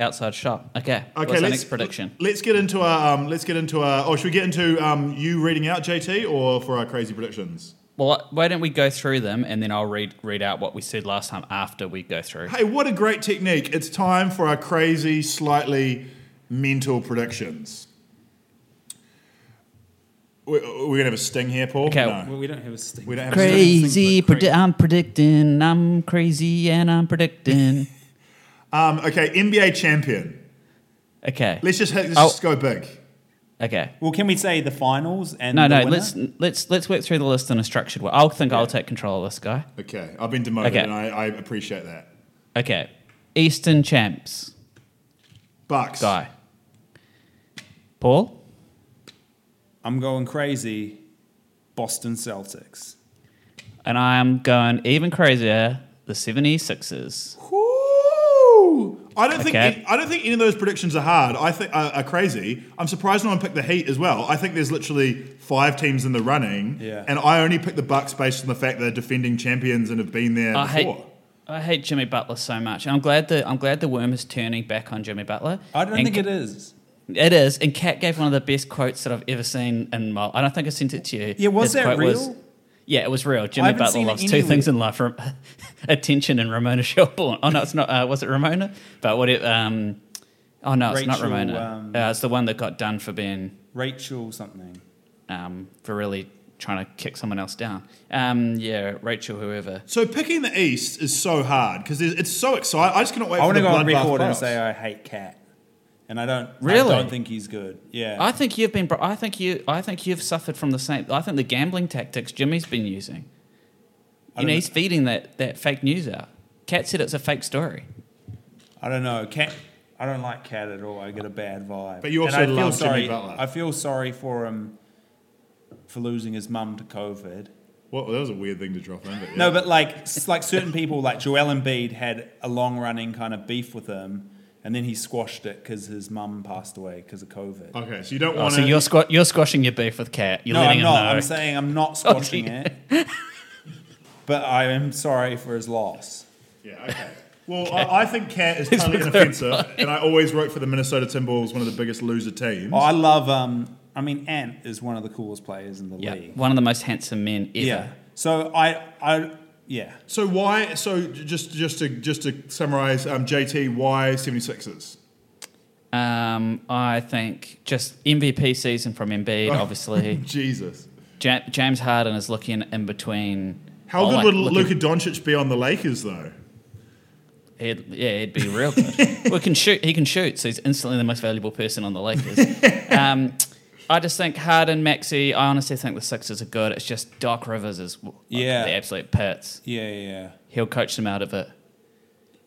[SPEAKER 2] Outside shot. Okay.
[SPEAKER 1] Okay.
[SPEAKER 2] What's our
[SPEAKER 1] let's-
[SPEAKER 2] next prediction?
[SPEAKER 1] Let's get into our um, let's get into our. Oh, should we get into um, you reading out JT or for our crazy predictions?
[SPEAKER 2] Well, why don't we go through them and then I'll read read out what we said last time after we go through.
[SPEAKER 1] Hey, what a great technique. It's time for our crazy, slightly mental predictions. We're, we're going to have a sting here, Paul?
[SPEAKER 2] Okay.
[SPEAKER 1] No.
[SPEAKER 3] Well, we don't have a sting.
[SPEAKER 1] We don't have a sting.
[SPEAKER 2] Crazy,
[SPEAKER 3] Things look
[SPEAKER 2] predi- I'm predicting. I'm crazy and I'm predicting.
[SPEAKER 1] Um, okay, NBA champion.
[SPEAKER 2] Okay.
[SPEAKER 1] Let's just, hit- let's
[SPEAKER 2] Oh.
[SPEAKER 1] just go big.
[SPEAKER 2] Okay.
[SPEAKER 3] Well, can we say the finals and
[SPEAKER 2] No,
[SPEAKER 3] the
[SPEAKER 2] no.
[SPEAKER 3] winner?
[SPEAKER 2] Let's let's let's work through the list in a structured way. I'll think I'll take control of this guy.
[SPEAKER 1] Okay, I've been demoted
[SPEAKER 2] Okay.
[SPEAKER 1] and I, I appreciate that.
[SPEAKER 2] Okay. Eastern champs
[SPEAKER 1] Bucks.
[SPEAKER 2] guy. Paul.
[SPEAKER 3] I'm going crazy. Boston Celtics.
[SPEAKER 2] And I'm going even crazier. The E 76ers.
[SPEAKER 1] Woo! I don't think
[SPEAKER 2] Okay.
[SPEAKER 1] any, I don't think any of those predictions are hard. I think are, are crazy. I'm surprised no one picked the Heat as well. I think there's literally five teams in the running,
[SPEAKER 3] Yeah.
[SPEAKER 1] and I only picked the Bucks based on the fact they're defending champions and have been there
[SPEAKER 2] I hate,
[SPEAKER 1] before.
[SPEAKER 2] I hate Jimmy Butler so much. I'm glad the I'm glad the worm is turning back on Jimmy Butler.
[SPEAKER 3] I don't
[SPEAKER 2] And
[SPEAKER 3] think it is.
[SPEAKER 2] It is, and Kat gave one of the best quotes that I've ever seen in my. And I think I sent it to you.
[SPEAKER 3] Yeah, was that
[SPEAKER 2] quote
[SPEAKER 3] real?
[SPEAKER 2] yeah, it was real. Jimmy
[SPEAKER 3] haven't
[SPEAKER 2] Butler
[SPEAKER 3] seen it
[SPEAKER 2] loves two
[SPEAKER 3] anywhere.
[SPEAKER 2] things in life: rem- attention and Ramona Shelburne. Oh no, it's not. Uh, was it Ramona? But what it? Um, oh no, it's not
[SPEAKER 3] Rachel,
[SPEAKER 2] Ramona.
[SPEAKER 3] um,
[SPEAKER 2] uh, it's the one that got done for being
[SPEAKER 3] Rachel something.
[SPEAKER 2] um, for really trying to kick someone else down. Um, yeah, Rachel, whoever.
[SPEAKER 1] So picking the East is so hard because it's so exciting. I just cannot wait.
[SPEAKER 3] I
[SPEAKER 1] for
[SPEAKER 3] want
[SPEAKER 1] the
[SPEAKER 3] to go on
[SPEAKER 1] bloodbath
[SPEAKER 3] record and
[SPEAKER 1] playoffs.
[SPEAKER 3] say uh, I hate Cat, and I don't.
[SPEAKER 2] Really?
[SPEAKER 3] I don't think he's good. Yeah.
[SPEAKER 2] I think you've been. bro- I think you. I think you've suffered from the same. I think the gambling tactics Jimmy's been using. You
[SPEAKER 3] don't
[SPEAKER 2] know,
[SPEAKER 3] know.
[SPEAKER 2] he's feeding that, that fake news out. Kat said it's a fake story.
[SPEAKER 3] I don't know. Cat. I don't like Cat at all. I get a bad vibe.
[SPEAKER 1] But you also
[SPEAKER 3] and I feel
[SPEAKER 1] love Jimmy
[SPEAKER 3] sorry,
[SPEAKER 1] Butler.
[SPEAKER 3] I feel sorry for him for losing his mum to COVID.
[SPEAKER 1] Well, that was a weird thing to drop in. But yeah.
[SPEAKER 3] No, but like s- like certain people, like Joel Embiid had a long running kind of beef with him, and then he squashed it because his mum passed away because of COVID.
[SPEAKER 1] okay, so you don't
[SPEAKER 2] Oh,
[SPEAKER 1] want
[SPEAKER 2] so
[SPEAKER 1] to.
[SPEAKER 2] you're, squat you're squashing your beef with Kat. You're
[SPEAKER 3] no,
[SPEAKER 2] letting
[SPEAKER 3] I'm
[SPEAKER 2] him
[SPEAKER 3] not.
[SPEAKER 2] know.
[SPEAKER 3] I'm saying I'm not squashing
[SPEAKER 2] dear.
[SPEAKER 3] it. But I am sorry for his loss.
[SPEAKER 1] yeah, okay. Well, I, I think Cat is totally
[SPEAKER 2] look
[SPEAKER 1] inoffensive, and I always wrote for the Minnesota Timberwolves, one of the biggest loser teams.
[SPEAKER 3] Oh, I love. Um, I mean, Ant is one of the coolest players in the
[SPEAKER 2] yeah,
[SPEAKER 3] league.
[SPEAKER 2] one of the most handsome men ever.
[SPEAKER 3] Yeah. So I, I, yeah.
[SPEAKER 1] So why? So j- just just to just to summarize, um, JT, why 76ers?
[SPEAKER 2] Um, I think just MVP season from Embiid, obviously.
[SPEAKER 1] Jesus,
[SPEAKER 2] Ja- James Harden is looking in between.
[SPEAKER 1] how
[SPEAKER 2] I
[SPEAKER 1] good
[SPEAKER 2] like
[SPEAKER 1] would
[SPEAKER 2] looking-
[SPEAKER 1] Luka Doncic be on the Lakers though?
[SPEAKER 2] He'd, yeah, he'd be real good. well, he can shoot. He can shoot, so he's instantly the most valuable person on the Lakers. um, I just think Harden, Maxi. I honestly think the Sixers are good. It's just Doc Rivers is like,
[SPEAKER 3] Yeah.
[SPEAKER 2] the absolute pits.
[SPEAKER 3] Yeah, yeah.
[SPEAKER 2] He'll coach them out of it.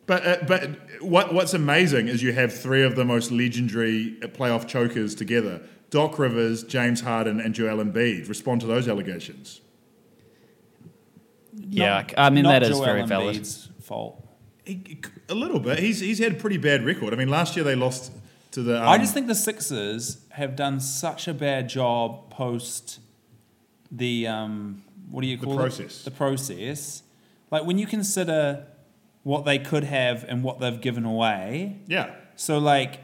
[SPEAKER 1] But uh, but what what's amazing is you have three of the most legendary playoff chokers together. Doc Rivers, James Harden, and Joel Embiid respond to those allegations?
[SPEAKER 2] Yeah,
[SPEAKER 3] Not-
[SPEAKER 2] I mean,
[SPEAKER 3] not
[SPEAKER 2] that is
[SPEAKER 3] Joel
[SPEAKER 2] very valid.
[SPEAKER 3] Embiid's fault.
[SPEAKER 1] He- A little bit. He's, he's had a pretty bad record. I mean, last year they lost to the. um,
[SPEAKER 3] I just think the Sixers have done such a bad job post the um, what do you
[SPEAKER 1] The
[SPEAKER 3] call
[SPEAKER 1] process.
[SPEAKER 3] it? The process. Like when you consider what they could have and what they've given away.
[SPEAKER 1] Yeah.
[SPEAKER 3] So like,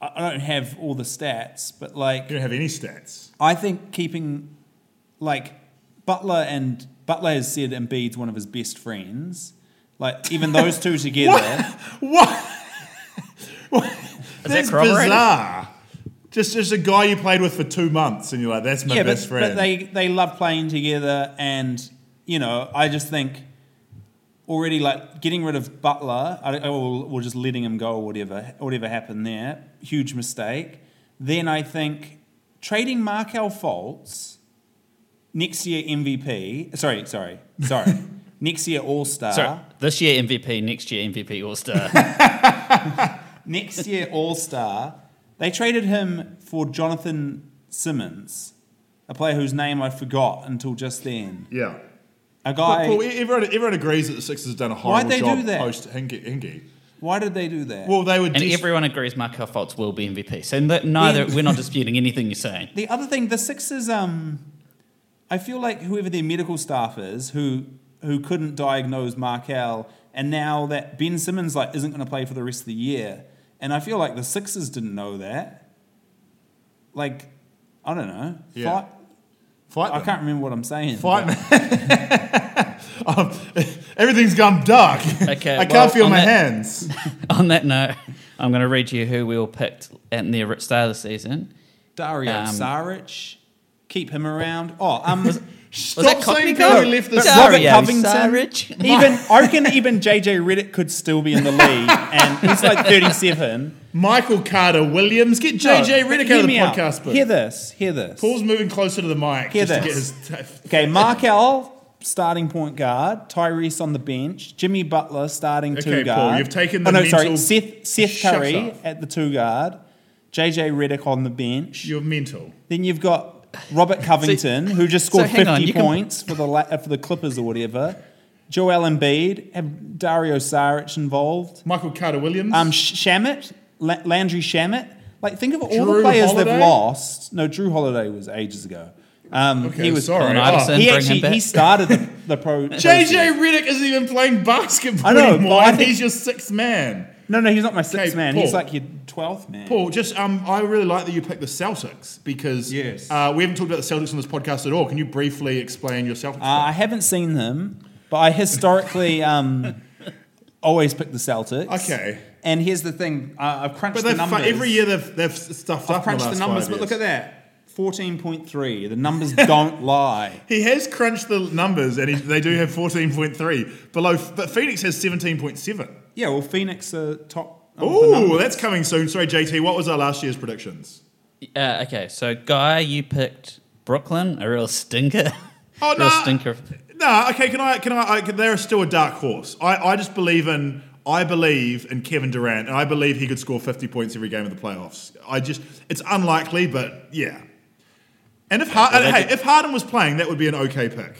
[SPEAKER 3] I I don't have all the stats, but like,
[SPEAKER 1] You don't have any stats.
[SPEAKER 3] I think keeping like Butler and Butler has said Embiid's one of his best friends. Like even those two together,
[SPEAKER 1] What? What?
[SPEAKER 2] that
[SPEAKER 1] That's
[SPEAKER 2] corroborated?
[SPEAKER 1] bizarre. Just, just a guy you played with for two months, and you're like, that's my
[SPEAKER 3] yeah,
[SPEAKER 1] best
[SPEAKER 3] but,
[SPEAKER 1] friend.
[SPEAKER 3] but they they love playing together, and you know I just think already like getting rid of Butler I, I- or, or just letting him go or whatever whatever happened there, huge mistake. Then I think trading Markel Fultz next year MVP. Sorry, sorry, sorry. next year All Star.
[SPEAKER 2] Sorry, this year MVP, next year MVP All Star.
[SPEAKER 3] next year All Star. They traded him for Jonathan Simmons, a player whose name I forgot until just then.
[SPEAKER 1] yeah.
[SPEAKER 3] A
[SPEAKER 1] But
[SPEAKER 3] guy.
[SPEAKER 1] Paul, e- everyone, everyone agrees that the Sixers have done a
[SPEAKER 3] Why'd
[SPEAKER 1] horrible
[SPEAKER 3] they
[SPEAKER 1] job
[SPEAKER 3] do that?
[SPEAKER 1] post Hingy, Hingy.
[SPEAKER 3] Why did they do that?
[SPEAKER 1] Well, they were.
[SPEAKER 2] and
[SPEAKER 1] des-
[SPEAKER 2] everyone agrees Markel Fultz will be MVP. So n- neither we're not disputing anything you're saying.
[SPEAKER 3] the other thing, the Sixers. Um, I feel like whoever their medical staff is, who who couldn't diagnose Markel, and now that Ben Simmons like isn't going to play for the rest of the year, and I feel like the Sixers didn't know that. Like, I don't know.
[SPEAKER 1] Yeah.
[SPEAKER 3] Fight-
[SPEAKER 1] fight
[SPEAKER 3] I
[SPEAKER 1] them.
[SPEAKER 3] can't remember what I'm saying.
[SPEAKER 1] Fight them. um, everything's gone dark.
[SPEAKER 2] Okay,
[SPEAKER 1] I can't
[SPEAKER 2] well,
[SPEAKER 1] feel
[SPEAKER 2] on
[SPEAKER 1] my
[SPEAKER 2] that-
[SPEAKER 1] hands.
[SPEAKER 2] On that note, I'm going to read you who we all picked at near the start of the season.
[SPEAKER 3] Dario
[SPEAKER 2] Um,
[SPEAKER 3] Saric. Keep him around. Oh, um, was,
[SPEAKER 2] Was
[SPEAKER 1] Stop
[SPEAKER 2] that
[SPEAKER 1] saying
[SPEAKER 2] Cockney
[SPEAKER 1] that
[SPEAKER 2] Cove?
[SPEAKER 1] we left the
[SPEAKER 2] Sorry,
[SPEAKER 3] Robert
[SPEAKER 2] I'm
[SPEAKER 3] Covington.
[SPEAKER 2] Sarich.
[SPEAKER 3] Even I reckon even JJ Reddick could still be in the league, and he's like 37.
[SPEAKER 1] Michael Carter Williams. Get JJ
[SPEAKER 3] No,
[SPEAKER 1] Reddick
[SPEAKER 3] hear
[SPEAKER 1] out of the
[SPEAKER 3] me out.
[SPEAKER 1] podcast booth.
[SPEAKER 3] Hear this. Hear this.
[SPEAKER 1] Paul's moving closer to the mic
[SPEAKER 3] Hear
[SPEAKER 1] just to get
[SPEAKER 3] this.
[SPEAKER 1] his. T-
[SPEAKER 3] Okay, Markel starting point guard, Tyrese on the bench, Jimmy Butler starting
[SPEAKER 1] Okay,
[SPEAKER 3] two
[SPEAKER 1] Paul,
[SPEAKER 3] guard.
[SPEAKER 1] you've taken
[SPEAKER 3] oh,
[SPEAKER 1] the
[SPEAKER 3] no,
[SPEAKER 1] mental-
[SPEAKER 3] sorry, Seth Seth
[SPEAKER 1] Shut
[SPEAKER 3] Curry
[SPEAKER 1] up.
[SPEAKER 3] at the two guard, JJ Reddick on the bench.
[SPEAKER 1] you're mental.
[SPEAKER 3] Then you've got Robert Covington, who just scored
[SPEAKER 2] hang
[SPEAKER 3] 50
[SPEAKER 2] on, you can-
[SPEAKER 3] points for the la- uh, for the Clippers or whatever. Joel Embiid, have Dario Saric involved.
[SPEAKER 1] Michael Carter Williams.
[SPEAKER 3] Um, Sh- Shamit, La- Landry Shamit. Like, think of all
[SPEAKER 1] Drew
[SPEAKER 3] the players
[SPEAKER 1] Holiday?
[SPEAKER 3] they've lost. No, Drew Holiday was ages ago. Um,
[SPEAKER 1] okay,
[SPEAKER 3] he was.
[SPEAKER 1] sorry. Ah.
[SPEAKER 2] Colin Iverson. Bring
[SPEAKER 3] He
[SPEAKER 2] him
[SPEAKER 3] actually
[SPEAKER 2] back.
[SPEAKER 3] he started the, the pro.
[SPEAKER 1] JJ Reddick isn't even playing basketball
[SPEAKER 3] I know, but
[SPEAKER 1] anymore.
[SPEAKER 3] I
[SPEAKER 1] and
[SPEAKER 3] think-
[SPEAKER 1] he's your sixth man.
[SPEAKER 3] No, no, he's not my sixth
[SPEAKER 1] Okay,
[SPEAKER 3] man. He's
[SPEAKER 1] Paul.
[SPEAKER 3] like your twelfth man.
[SPEAKER 1] Paul, just um, I really like that you picked the Celtics because
[SPEAKER 3] Yes.
[SPEAKER 1] uh, we haven't talked about the Celtics on this podcast at all. Can you briefly explain your Celtics?
[SPEAKER 3] Uh, I haven't seen them, but I historically um, always pick the Celtics.
[SPEAKER 1] Okay.
[SPEAKER 3] And here's the thing: uh, I've crunched
[SPEAKER 1] but
[SPEAKER 3] the
[SPEAKER 1] they've fu-
[SPEAKER 3] numbers.
[SPEAKER 1] every year they've, they've stuffed up.
[SPEAKER 3] I've
[SPEAKER 1] in
[SPEAKER 3] crunched the,
[SPEAKER 1] last
[SPEAKER 3] numbers,
[SPEAKER 1] five
[SPEAKER 3] but look
[SPEAKER 1] years.
[SPEAKER 3] at that: fourteen point three. The numbers don't lie.
[SPEAKER 1] He has crunched the numbers, and he, they do have fourteen point three below. But Phoenix has seventeen point seven.
[SPEAKER 3] Yeah, well, Phoenix are top. of the
[SPEAKER 1] Ooh,
[SPEAKER 3] numbers.
[SPEAKER 1] that's coming soon. Sorry, JT. What was our last year's predictions?
[SPEAKER 2] Uh, okay, so Guy, you picked Brooklyn, a real stinker.
[SPEAKER 1] Oh,
[SPEAKER 2] real
[SPEAKER 1] nah.
[SPEAKER 2] stinker.
[SPEAKER 1] No, okay. Can I? Can I? I they're still a dark horse. I, I just believe in. I believe in Kevin Durant, and I believe he could score fifty points every game of the playoffs. I just, it's unlikely, but yeah. And if Har-
[SPEAKER 2] they
[SPEAKER 1] hey,
[SPEAKER 2] could-
[SPEAKER 1] if Harden was playing, that would be an okay pick.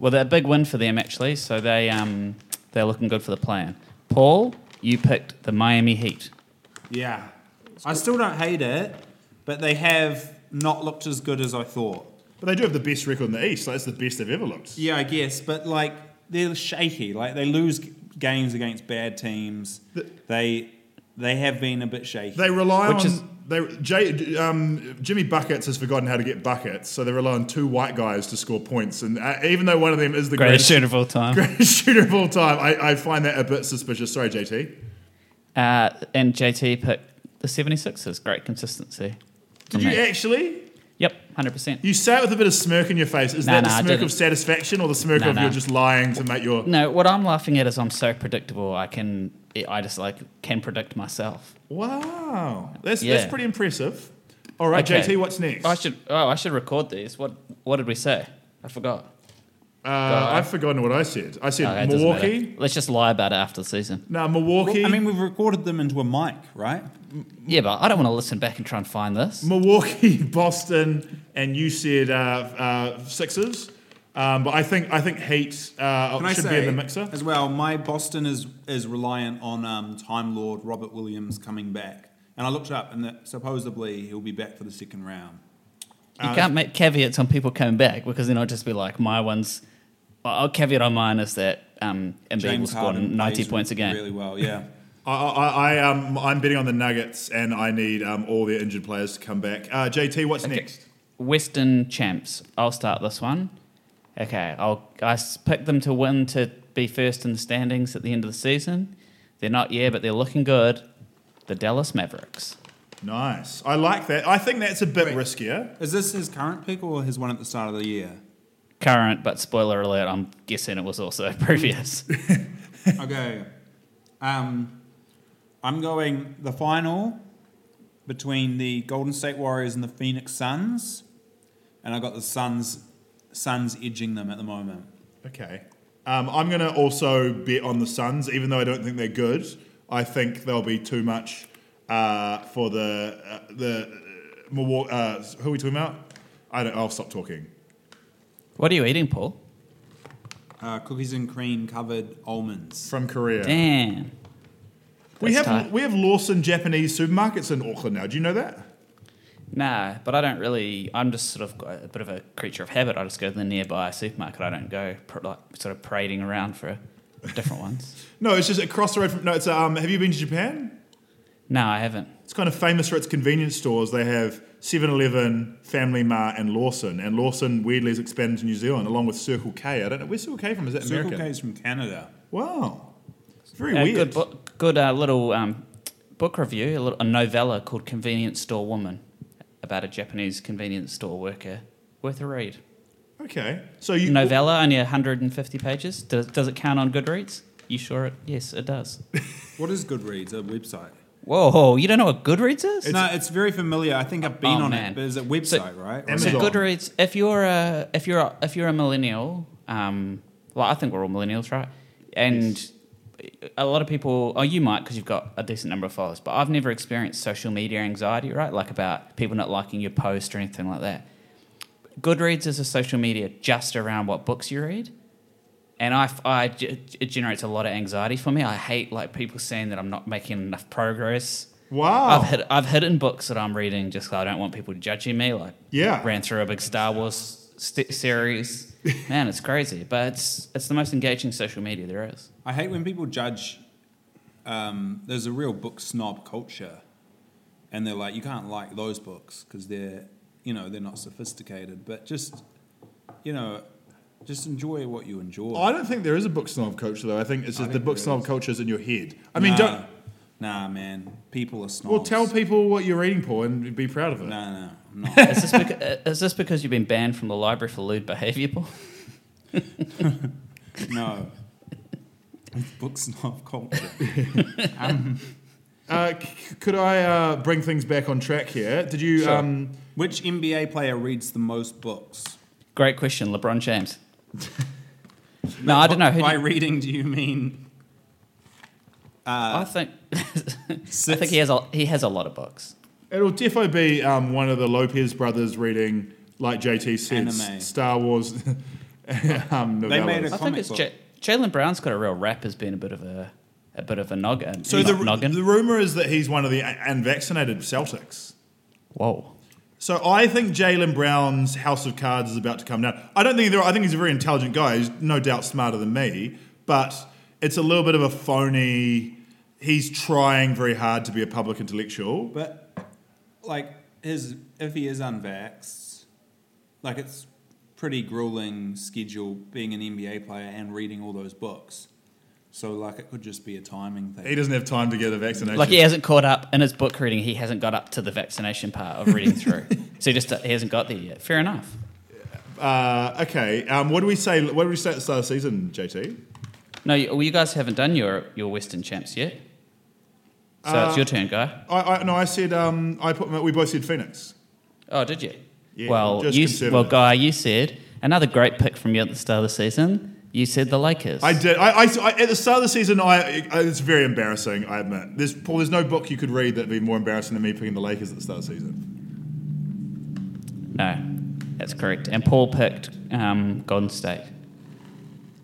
[SPEAKER 2] Well, they're a big win for them actually. So they um, they're looking good for the plan. Paul, you picked the Miami Heat.
[SPEAKER 3] Yeah, I still don't hate it, but they have not looked as good as I thought.
[SPEAKER 1] But they do have the best record in the East. Like it's the best they've ever looked.
[SPEAKER 3] Yeah, I guess, but like they're shaky. Like they lose g- games against bad teams. They they have been a bit shaky.
[SPEAKER 1] They rely on
[SPEAKER 2] Which is-
[SPEAKER 1] they Jay, um, Jimmy Buckets has forgotten how to get buckets, so they rely on two white guys to score points. And uh, even though one of them is the greatest,
[SPEAKER 2] Greatest shooter of all time.
[SPEAKER 1] greatest shooter of all time, I, I find that a bit suspicious. Sorry, JT.
[SPEAKER 2] Uh, and JT picked the 76ers. Great consistency.
[SPEAKER 1] Did
[SPEAKER 2] from
[SPEAKER 1] you
[SPEAKER 2] that.
[SPEAKER 1] actually?
[SPEAKER 2] Yep, 100%.
[SPEAKER 1] You say it with a bit of smirk in your face. Is
[SPEAKER 2] Nah,
[SPEAKER 1] that the
[SPEAKER 2] nah, I
[SPEAKER 1] smirk
[SPEAKER 2] didn't.
[SPEAKER 1] of satisfaction or the smirk
[SPEAKER 2] Nah,
[SPEAKER 1] of
[SPEAKER 2] nah.
[SPEAKER 1] you're just lying to make your?
[SPEAKER 2] No, what I'm laughing at is I'm so predictable. I can, I just like can predict myself.
[SPEAKER 1] Wow, that's
[SPEAKER 2] Yeah.
[SPEAKER 1] that's pretty impressive. All right,
[SPEAKER 2] Okay.
[SPEAKER 1] JT, what's next?
[SPEAKER 2] I should, oh, I should record these. What, what did we say? I forgot.
[SPEAKER 1] Uh, I've forgotten what I said. I said
[SPEAKER 2] Okay, it Oh, doesn't matter.
[SPEAKER 1] Milwaukee.
[SPEAKER 2] Let's just lie about it after the season.
[SPEAKER 1] No, Milwaukee.
[SPEAKER 3] I mean, we've recorded them into a mic, right?
[SPEAKER 2] Yeah, but I don't want to listen back and try and find this.
[SPEAKER 1] Milwaukee, Boston, and you said uh, uh, Sixers. Um, but I think I think Heat uh,
[SPEAKER 3] Can I
[SPEAKER 1] should
[SPEAKER 3] say
[SPEAKER 1] be in the mixer.
[SPEAKER 3] as well? My Boston is is reliant on um, Time Lord Robert Williams coming back, and I looked up, and that supposedly he'll be back for the second round.
[SPEAKER 2] You can't make caveats on people coming back because then I'll just be like, my one's. I'll caveat on mine is that um, Embiid will score
[SPEAKER 3] Harden
[SPEAKER 2] 90
[SPEAKER 3] plays
[SPEAKER 2] points a game.
[SPEAKER 3] Really well, yeah.
[SPEAKER 1] I, I, I um, I'm betting on the Nuggets, and I need um, all their injured players to come back. Uh, JT, what's next?
[SPEAKER 2] Western champs. I'll start this one. Okay, I'll I s- pick them to win to be first in the standings at the end of the season. They're not yeah, but they're looking good. The Dallas Mavericks.
[SPEAKER 1] Nice. I like that. I think that's a bit riskier.
[SPEAKER 3] is this his current pick or his one at the start of the year?
[SPEAKER 2] Current, but spoiler alert, I'm guessing it was also previous.
[SPEAKER 3] Okay. Um, I'm going the final between the Golden State Warriors and the Phoenix Suns, and I got the Suns Suns edging them at the moment.
[SPEAKER 1] Okay. Um, I'm going to also bet on the Suns, even though I don't think they're good. I think they'll be too much uh, for the uh, the uh, Milwaukee. Uh, who are we talking about? I don't. I'll stop talking.
[SPEAKER 2] what are you eating, Paul?
[SPEAKER 3] Uh, cookies and cream covered almonds.
[SPEAKER 1] From Korea.
[SPEAKER 2] Damn.
[SPEAKER 1] we have
[SPEAKER 2] That's tight.
[SPEAKER 1] we have Lawson Japanese supermarkets in Auckland now. Do you know that?
[SPEAKER 2] Nah, but I don't really. I'm just sort of a bit of a creature of habit. I just go to the nearby supermarket. I don't go pr- like sort of parading around for different ones.
[SPEAKER 1] No, it's just across the road from. No, it's um. Have you been to Japan?
[SPEAKER 2] No, I haven't.
[SPEAKER 1] It's kind of famous for its convenience stores. They have 7 Eleven, Family Mart, and Lawson. And Lawson weirdly has expanded to New Zealand along with Circle K. I don't know. Where's Circle K from? Is that
[SPEAKER 3] Circle
[SPEAKER 1] American?
[SPEAKER 3] K is from Canada.
[SPEAKER 1] Wow. It's very
[SPEAKER 2] Uh,
[SPEAKER 1] weird.
[SPEAKER 2] Good book, good uh, little um, book review, a, little, a novella called Convenience Store Woman about a Japanese convenience store worker. Worth a read.
[SPEAKER 1] Okay. So you
[SPEAKER 2] Novella, only 150 pages. Does, does it count on Goodreads? You sure it? Yes, it does.
[SPEAKER 3] What is Goodreads? A website?
[SPEAKER 2] Whoa, you don't know what Goodreads is?
[SPEAKER 3] no, it's very familiar. I think I've been
[SPEAKER 2] Oh,
[SPEAKER 3] on
[SPEAKER 2] man.
[SPEAKER 3] it, but is it website
[SPEAKER 2] So-
[SPEAKER 3] right?
[SPEAKER 1] Am-
[SPEAKER 2] So
[SPEAKER 1] Amazon.
[SPEAKER 2] Goodreads, if you're a if you're a, if you're a millennial, um, well, I think we're all millennials, right? And a lot of people, oh, you might because you've got a decent number of followers, but I've never experienced social media anxiety, right? Like about people not liking your post or anything like that. Goodreads is a social media just around what books you read, and I, f- I g- it generates a lot of anxiety for me. I hate like people saying that I'm not making enough progress.
[SPEAKER 1] Wow.
[SPEAKER 2] I've hid, I've hidden books that I'm reading just 'cause I don't want people judging me. Like
[SPEAKER 1] Yeah.
[SPEAKER 2] ran through a big Star Wars st- series. Man, it's crazy, but it's it's the most engaging social media there is.
[SPEAKER 3] I hate when people judge. Um, there's a real book snob culture, and they're like, you can't like those books because they're, you know, they're not sophisticated. But just, you know, just enjoy what you enjoy.
[SPEAKER 1] I don't think there is a book snob culture though. I think it's just the book snob culture is in your head. I mean,
[SPEAKER 3] nah,
[SPEAKER 1] don't.
[SPEAKER 3] Nah, man, people are snobs.
[SPEAKER 1] Well, tell people what you're reading, Paul, and be proud of it.
[SPEAKER 3] No, no, I'm not.
[SPEAKER 2] Is this, beca- is this because you've been banned from the library for lewd behaviour, Paul?
[SPEAKER 3] no. It's book snob culture.
[SPEAKER 1] Uh, c- could I uh, bring things back on track here? Did you? Um,
[SPEAKER 3] Which NBA player reads the most books?
[SPEAKER 2] Great question, LeBron James. no, I don't know. Who do
[SPEAKER 3] By
[SPEAKER 2] you-
[SPEAKER 3] reading, do you mean
[SPEAKER 2] I think I
[SPEAKER 3] sits-
[SPEAKER 2] think he has a, he has a lot of books.
[SPEAKER 1] It'll definitely be um, one of the Lopez brothers reading, like JT said, s-
[SPEAKER 3] Anime.
[SPEAKER 1] Star Wars. um,
[SPEAKER 3] They
[SPEAKER 1] novellas.
[SPEAKER 2] I
[SPEAKER 3] made a-
[SPEAKER 2] think
[SPEAKER 3] Comic
[SPEAKER 2] it's
[SPEAKER 3] book.
[SPEAKER 2] J- Jalen Brown's got a real rap as being a bit of a a bit of a noggin.
[SPEAKER 1] so the,
[SPEAKER 2] Nog- noggin.
[SPEAKER 1] the rumor is that he's one of the un- unvaccinated Celtics.
[SPEAKER 2] Whoa.
[SPEAKER 1] So I think Jalen Brown's house of cards is about to come down. I don't think there. I think he's a very intelligent guy. He's no doubt smarter than me, but it's a little bit of a phony. He's trying very hard to be a public intellectual.
[SPEAKER 3] But like his if he is unvaxxed, like it's pretty grueling schedule being an NBA player and reading all those books. So like it could just be a timing
[SPEAKER 1] He
[SPEAKER 3] thing.
[SPEAKER 1] doesn't have time to get a vaccination.
[SPEAKER 2] Like he hasn't caught up in his book reading. He hasn't got up to the vaccination part of reading through. so he just he hasn't got there yet. Fair enough.
[SPEAKER 1] Uh, okay. Um, what do we say? What do we say at the start of the season, JT?
[SPEAKER 2] No, you, well, you guys haven't done your your Western champs yet. So
[SPEAKER 1] Uh,
[SPEAKER 2] it's your turn, guy.
[SPEAKER 1] I, I no, I said um, I put. We both said Phoenix.
[SPEAKER 2] Oh, did you?
[SPEAKER 1] Yeah,
[SPEAKER 2] well,
[SPEAKER 1] just
[SPEAKER 2] you s- well,
[SPEAKER 1] conservative.
[SPEAKER 2] guy, you said Another great pick from you at the start of the season. You said the Lakers.
[SPEAKER 1] I did. I, I, I at the start of the season, I, I it's very embarrassing. I admit. There's Paul. There's no book you could read that'd be more embarrassing than me picking the Lakers at the start of the season.
[SPEAKER 2] No, that's correct. And Paul picked um, Golden State.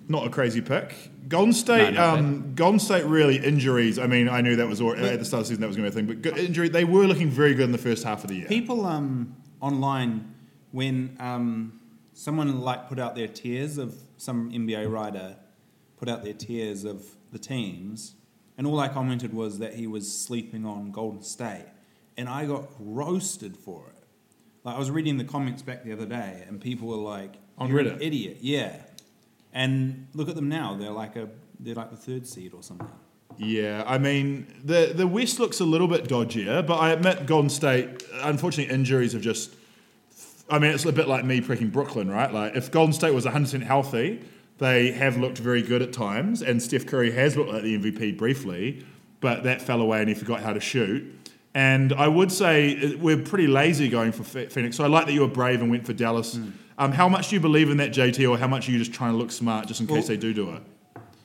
[SPEAKER 1] Not a crazy pick. Golden State.
[SPEAKER 2] No, not
[SPEAKER 1] um, Golden State really injuries. I mean, I knew that was all, at the start of the season that was going to be a thing, but good injury. They were looking very good in the first half of the year.
[SPEAKER 3] People um, online, when um, someone like put out their tiers of some NBA writer, put out their tiers of the teams, and all I commented was that he was sleeping on Golden State, and I got roasted for it. Like I was reading the comments back the other day, and people were like,
[SPEAKER 1] On
[SPEAKER 3] "You're an
[SPEAKER 1] Reddit?
[SPEAKER 3] idiot, yeah." And look at them now; they're like a they're like the third seed or something.
[SPEAKER 1] Yeah, I mean the the West looks a little bit dodgier, but I admit Golden State. Unfortunately, injuries have just. I mean, it's a bit like me picking Brooklyn, right? Like if Golden State was 100 percent healthy, they have looked very good at times, and Steph Curry has looked like the MVP briefly, but that fell away and he forgot how to shoot. And I would say uh, we're pretty lazy going for Ph- Phoenix. So I like that you were brave and went for Dallas. Um, how much do you believe in that, JT, or how much are you just trying to look smart just in
[SPEAKER 3] Well-
[SPEAKER 1] case they do do it?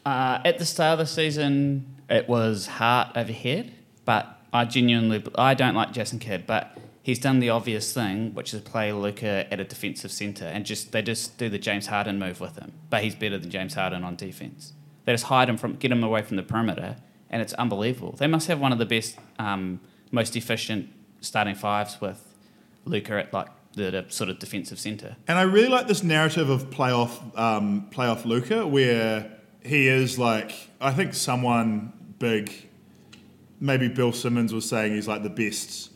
[SPEAKER 2] Uh, at the start of the season, it was heart over head, but I genuinely I don't like Jason Kidd, but he's done the obvious thing, which is play Luca at a defensive center and just they just do the James Harden move with him. But he's better than James Harden on defense. They just hide him from get him away from the perimeter, and it's unbelievable. They must have one of the best, um, most efficient starting fives with Luca at like the, the sort of defensive center.
[SPEAKER 1] And I really like this narrative of playoff um, playoff Luca, where he is like I think someone big, maybe Bill Simmons was saying he's like the best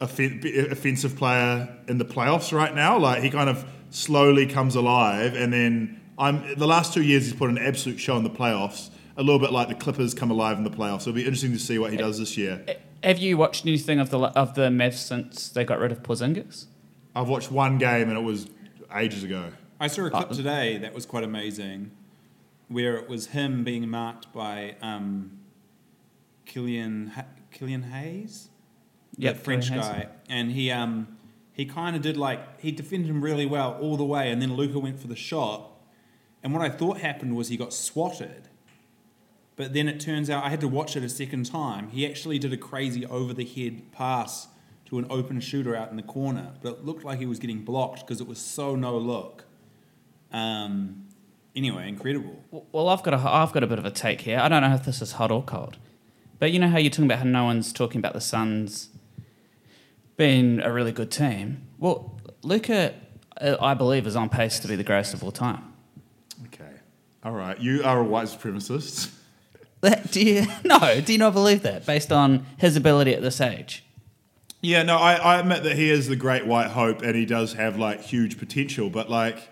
[SPEAKER 1] offen- b- offensive player in the playoffs right now. Like he kind of slowly comes alive, and then I'm the last two years he's put an absolute show in the playoffs. A little bit like the Clippers come alive in the playoffs. It'll be interesting to see what he does this year.
[SPEAKER 2] Have you watched anything of the of the Mavs since they got rid of Porzingis?
[SPEAKER 1] I've watched one game and it was ages ago.
[SPEAKER 3] I saw a clip today that was quite amazing, where it was him being marked by um, Killian Ha- Killian Hayes,
[SPEAKER 2] Yep,
[SPEAKER 3] the French
[SPEAKER 2] Killian Hayes.
[SPEAKER 3] guy, and he um, he kind of did like he defended him really well all the way, and then Luca went for the shot, and what I thought happened was he got swatted, but then it turns out I had to watch it a second time. He actually did a crazy over the head pass to an open shooter out in the corner, but it looked like he was getting blocked because it was so no look. Um, anyway, incredible.
[SPEAKER 2] Well, I've got a I've got a bit of a take here. I don't know if this is hot or cold, but you know how you're talking about how no one's talking about the Suns being a really good team. Well, Luca, I believe, is on pace to be the greatest of all time.
[SPEAKER 1] Okay. All right. You are a white supremacist.
[SPEAKER 2] That, do you no? Do you not believe that based on his ability at this age?
[SPEAKER 1] Yeah, no, I, I admit that he is the great white hope and he does have like huge potential, but like,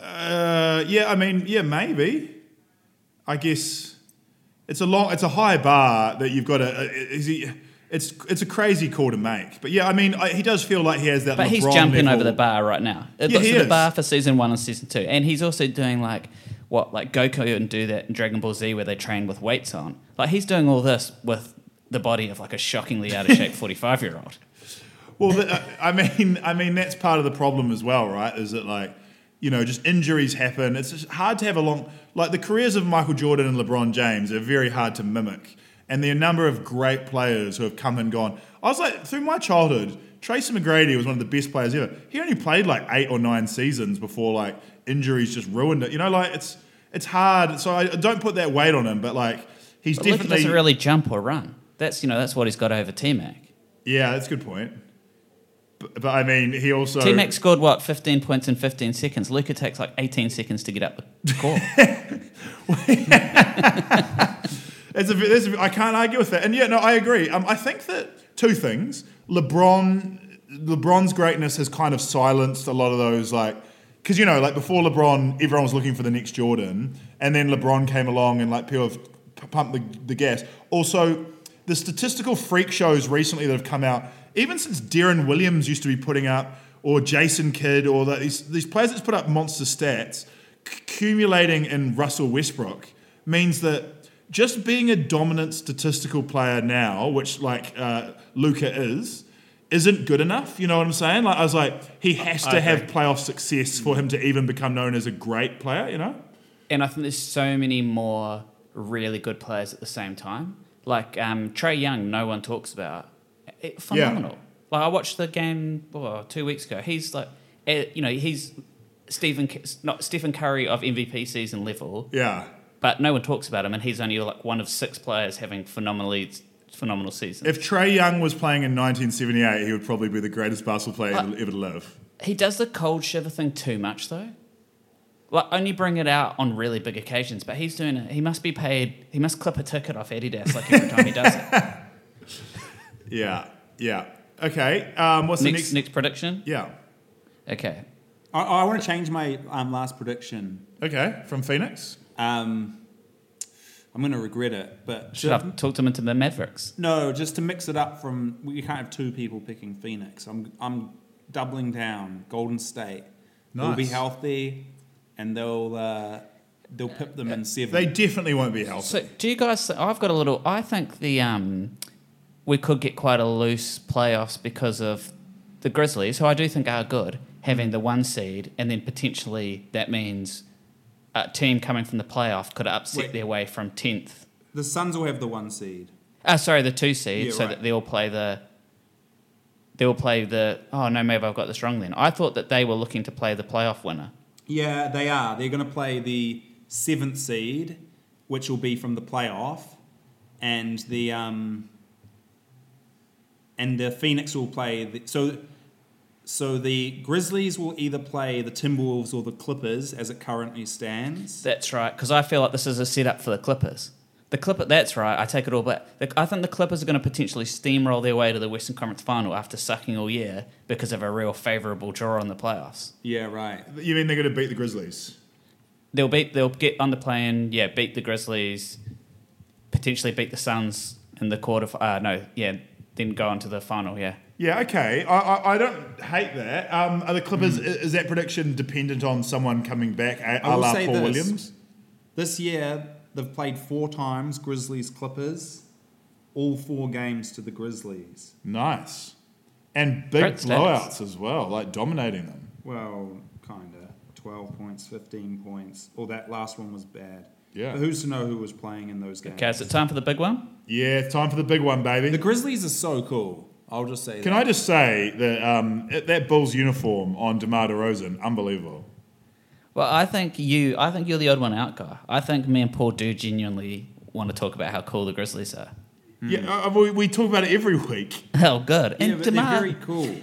[SPEAKER 1] uh, yeah, I mean, yeah, maybe. I guess it's a long, it's a high bar that you've got to. Is he? It's it's a crazy call to make, but yeah, I mean, I, he does feel like he has that.
[SPEAKER 2] But he's
[SPEAKER 1] LeBron
[SPEAKER 2] jumping
[SPEAKER 1] level.
[SPEAKER 2] over the bar right now. It
[SPEAKER 1] Yeah,
[SPEAKER 2] looks
[SPEAKER 1] he
[SPEAKER 2] at the
[SPEAKER 1] is.
[SPEAKER 2] bar for season one and season two, and he's also doing like what like Goku and do that in Dragon Ball Z where they train with weights on. Like he's doing all this with the body of like a shockingly out of shape forty-five year old.
[SPEAKER 1] Well, th- I mean, I mean that's part of the problem as well, right? Is that like, you know, just injuries happen. It's just hard to have a long like the careers of Michael Jordan and LeBron James are very hard to mimic, and the number of great players who have come and gone. I was like through my childhood, Tracy McGrady was one of the best players ever. He only played like eight or nine seasons before like injuries just ruined it. You know, like it's it's hard. So I I don't put that weight on him, but like he's
[SPEAKER 2] But Luka
[SPEAKER 1] definitely
[SPEAKER 2] doesn't really jump or run. That's you know that's what he's got over T Mac.
[SPEAKER 1] yeah, that's a good point. But, but I mean, he also
[SPEAKER 2] T Mac scored what fifteen points in fifteen seconds. Luca takes like eighteen seconds to get up the court.
[SPEAKER 1] It's a, it's a, I can't argue with that. And yeah, no, I agree. Um, I think that two things. LeBron, LeBron's greatness has kind of silenced a lot of those like, because you know, like before LeBron, everyone was looking for the next Jordan, and then LeBron came along and like people have p- pumped the, the gas. Also, the statistical freak shows recently that have come out, even since Darren Williams used to be putting up, or Jason Kidd, or that, these these players that's put up monster stats, c- accumulating in Russell Westbrook means that just being a dominant statistical player now, which like uh, Luca is, isn't good enough. You know what I'm saying? Like I was like, he has to have playoff success for him to even become known as a great player. You know?
[SPEAKER 2] And I think there's so many more really good players at the same time. Like um, Trey Young, no one talks about. It, phenomenal. Like I watched the game oh, two weeks ago. He's like, eh, you know, he's Stephen C- not Stephen Curry of MVP season level,
[SPEAKER 1] Yeah.
[SPEAKER 2] but no one talks about him, and he's only like one of six players having phenomenally phenomenal seasons.
[SPEAKER 1] If Trey Young was playing in 1978, he would probably be the greatest basketball player ever, ever to live.
[SPEAKER 2] He does the cold shiver thing too much though. Like only bring it out on really big occasions, but he's doing it. He must be paid. He must clip a ticket off Adidas like every time he does it.
[SPEAKER 1] Yeah. Yeah. Okay. Um, what's
[SPEAKER 2] Next,
[SPEAKER 1] the next?
[SPEAKER 2] next prediction.
[SPEAKER 1] Yeah.
[SPEAKER 2] Okay.
[SPEAKER 3] I, I want to change my um, last prediction.
[SPEAKER 1] Okay. From Phoenix.
[SPEAKER 3] Um, I'm going to regret it, but
[SPEAKER 2] Should I've talked him into the Mavericks.
[SPEAKER 3] no, just to mix it up from we can't have two people picking Phoenix. I'm I'm doubling down. Golden State. They'll be
[SPEAKER 1] Nice.
[SPEAKER 3] healthy, and they'll uh, they'll pip them in seven.
[SPEAKER 1] Uh, They definitely won't be healthy.
[SPEAKER 2] So do you guys? I've got a little. I think the um, we could get quite a loose playoffs because of the Grizzlies, who I do think are good, having the one seed, and then potentially that means a team coming from the playoff could upset
[SPEAKER 3] Wait.
[SPEAKER 2] their way from tenth.
[SPEAKER 3] the Suns will have the one seed.
[SPEAKER 2] Ah, sorry, the two seed,
[SPEAKER 3] Yeah,
[SPEAKER 2] so
[SPEAKER 3] right.
[SPEAKER 2] that they all play the. They will play the. Oh no, maybe I've got this wrong. Then I thought that they were looking to play the playoff winner.
[SPEAKER 3] Yeah, they are. They're going to play the seventh seed, which will be from the playoff, and the um, and the Phoenix will play. The, so, so the Grizzlies will either play the Timberwolves or the Clippers, as it currently stands.
[SPEAKER 2] That's right, because I feel like this is a setup for the Clippers. The Clipper, that's right. I take it all back. The, I think the Clippers are going to potentially steamroll their way to the Western Conference Final after sucking all year because of a real favourable draw in the playoffs.
[SPEAKER 3] Yeah, right.
[SPEAKER 1] You mean they're going to beat the Grizzlies?
[SPEAKER 2] They'll beat, they'll get on the plane, yeah, beat the Grizzlies, potentially beat the Suns in the quarter. Uh, no, yeah, then go on to the final. Yeah,
[SPEAKER 1] Yeah. Okay. I, I, I don't hate that. Um, are the Clippers? i- Is, that prediction dependent on someone coming back? A,
[SPEAKER 3] Hmm. I
[SPEAKER 1] a
[SPEAKER 3] will
[SPEAKER 1] la
[SPEAKER 3] say
[SPEAKER 1] Paul
[SPEAKER 3] this.
[SPEAKER 1] Williams.
[SPEAKER 3] This year they've played four times Grizzlies Clippers, all four games to the Grizzlies.
[SPEAKER 1] Nice. And big
[SPEAKER 2] Great stats.
[SPEAKER 1] blowouts as well, like dominating them.
[SPEAKER 3] Well, kinda. Twelve points, fifteen points. Or that last one was bad.
[SPEAKER 1] Yeah.
[SPEAKER 3] But who's to know who was playing in those games?
[SPEAKER 2] okay, is it time for the big one?
[SPEAKER 1] Yeah, it's time for the big one, baby.
[SPEAKER 3] The Grizzlies are so cool. I'll just say
[SPEAKER 1] Can
[SPEAKER 3] that.
[SPEAKER 1] I just say that um, it- that Bulls uniform on DeMar DeRozan, unbelievable.
[SPEAKER 2] Well, I think you, I think you're the odd one out guy. I think me and Paul do genuinely want to talk about how cool the Grizzlies are.
[SPEAKER 3] Hmm.
[SPEAKER 1] Yeah, uh, we, we talk about it every week.
[SPEAKER 2] Hell, good.
[SPEAKER 3] Yeah,
[SPEAKER 2] And
[SPEAKER 3] but
[SPEAKER 2] Demar-
[SPEAKER 3] they're very cool.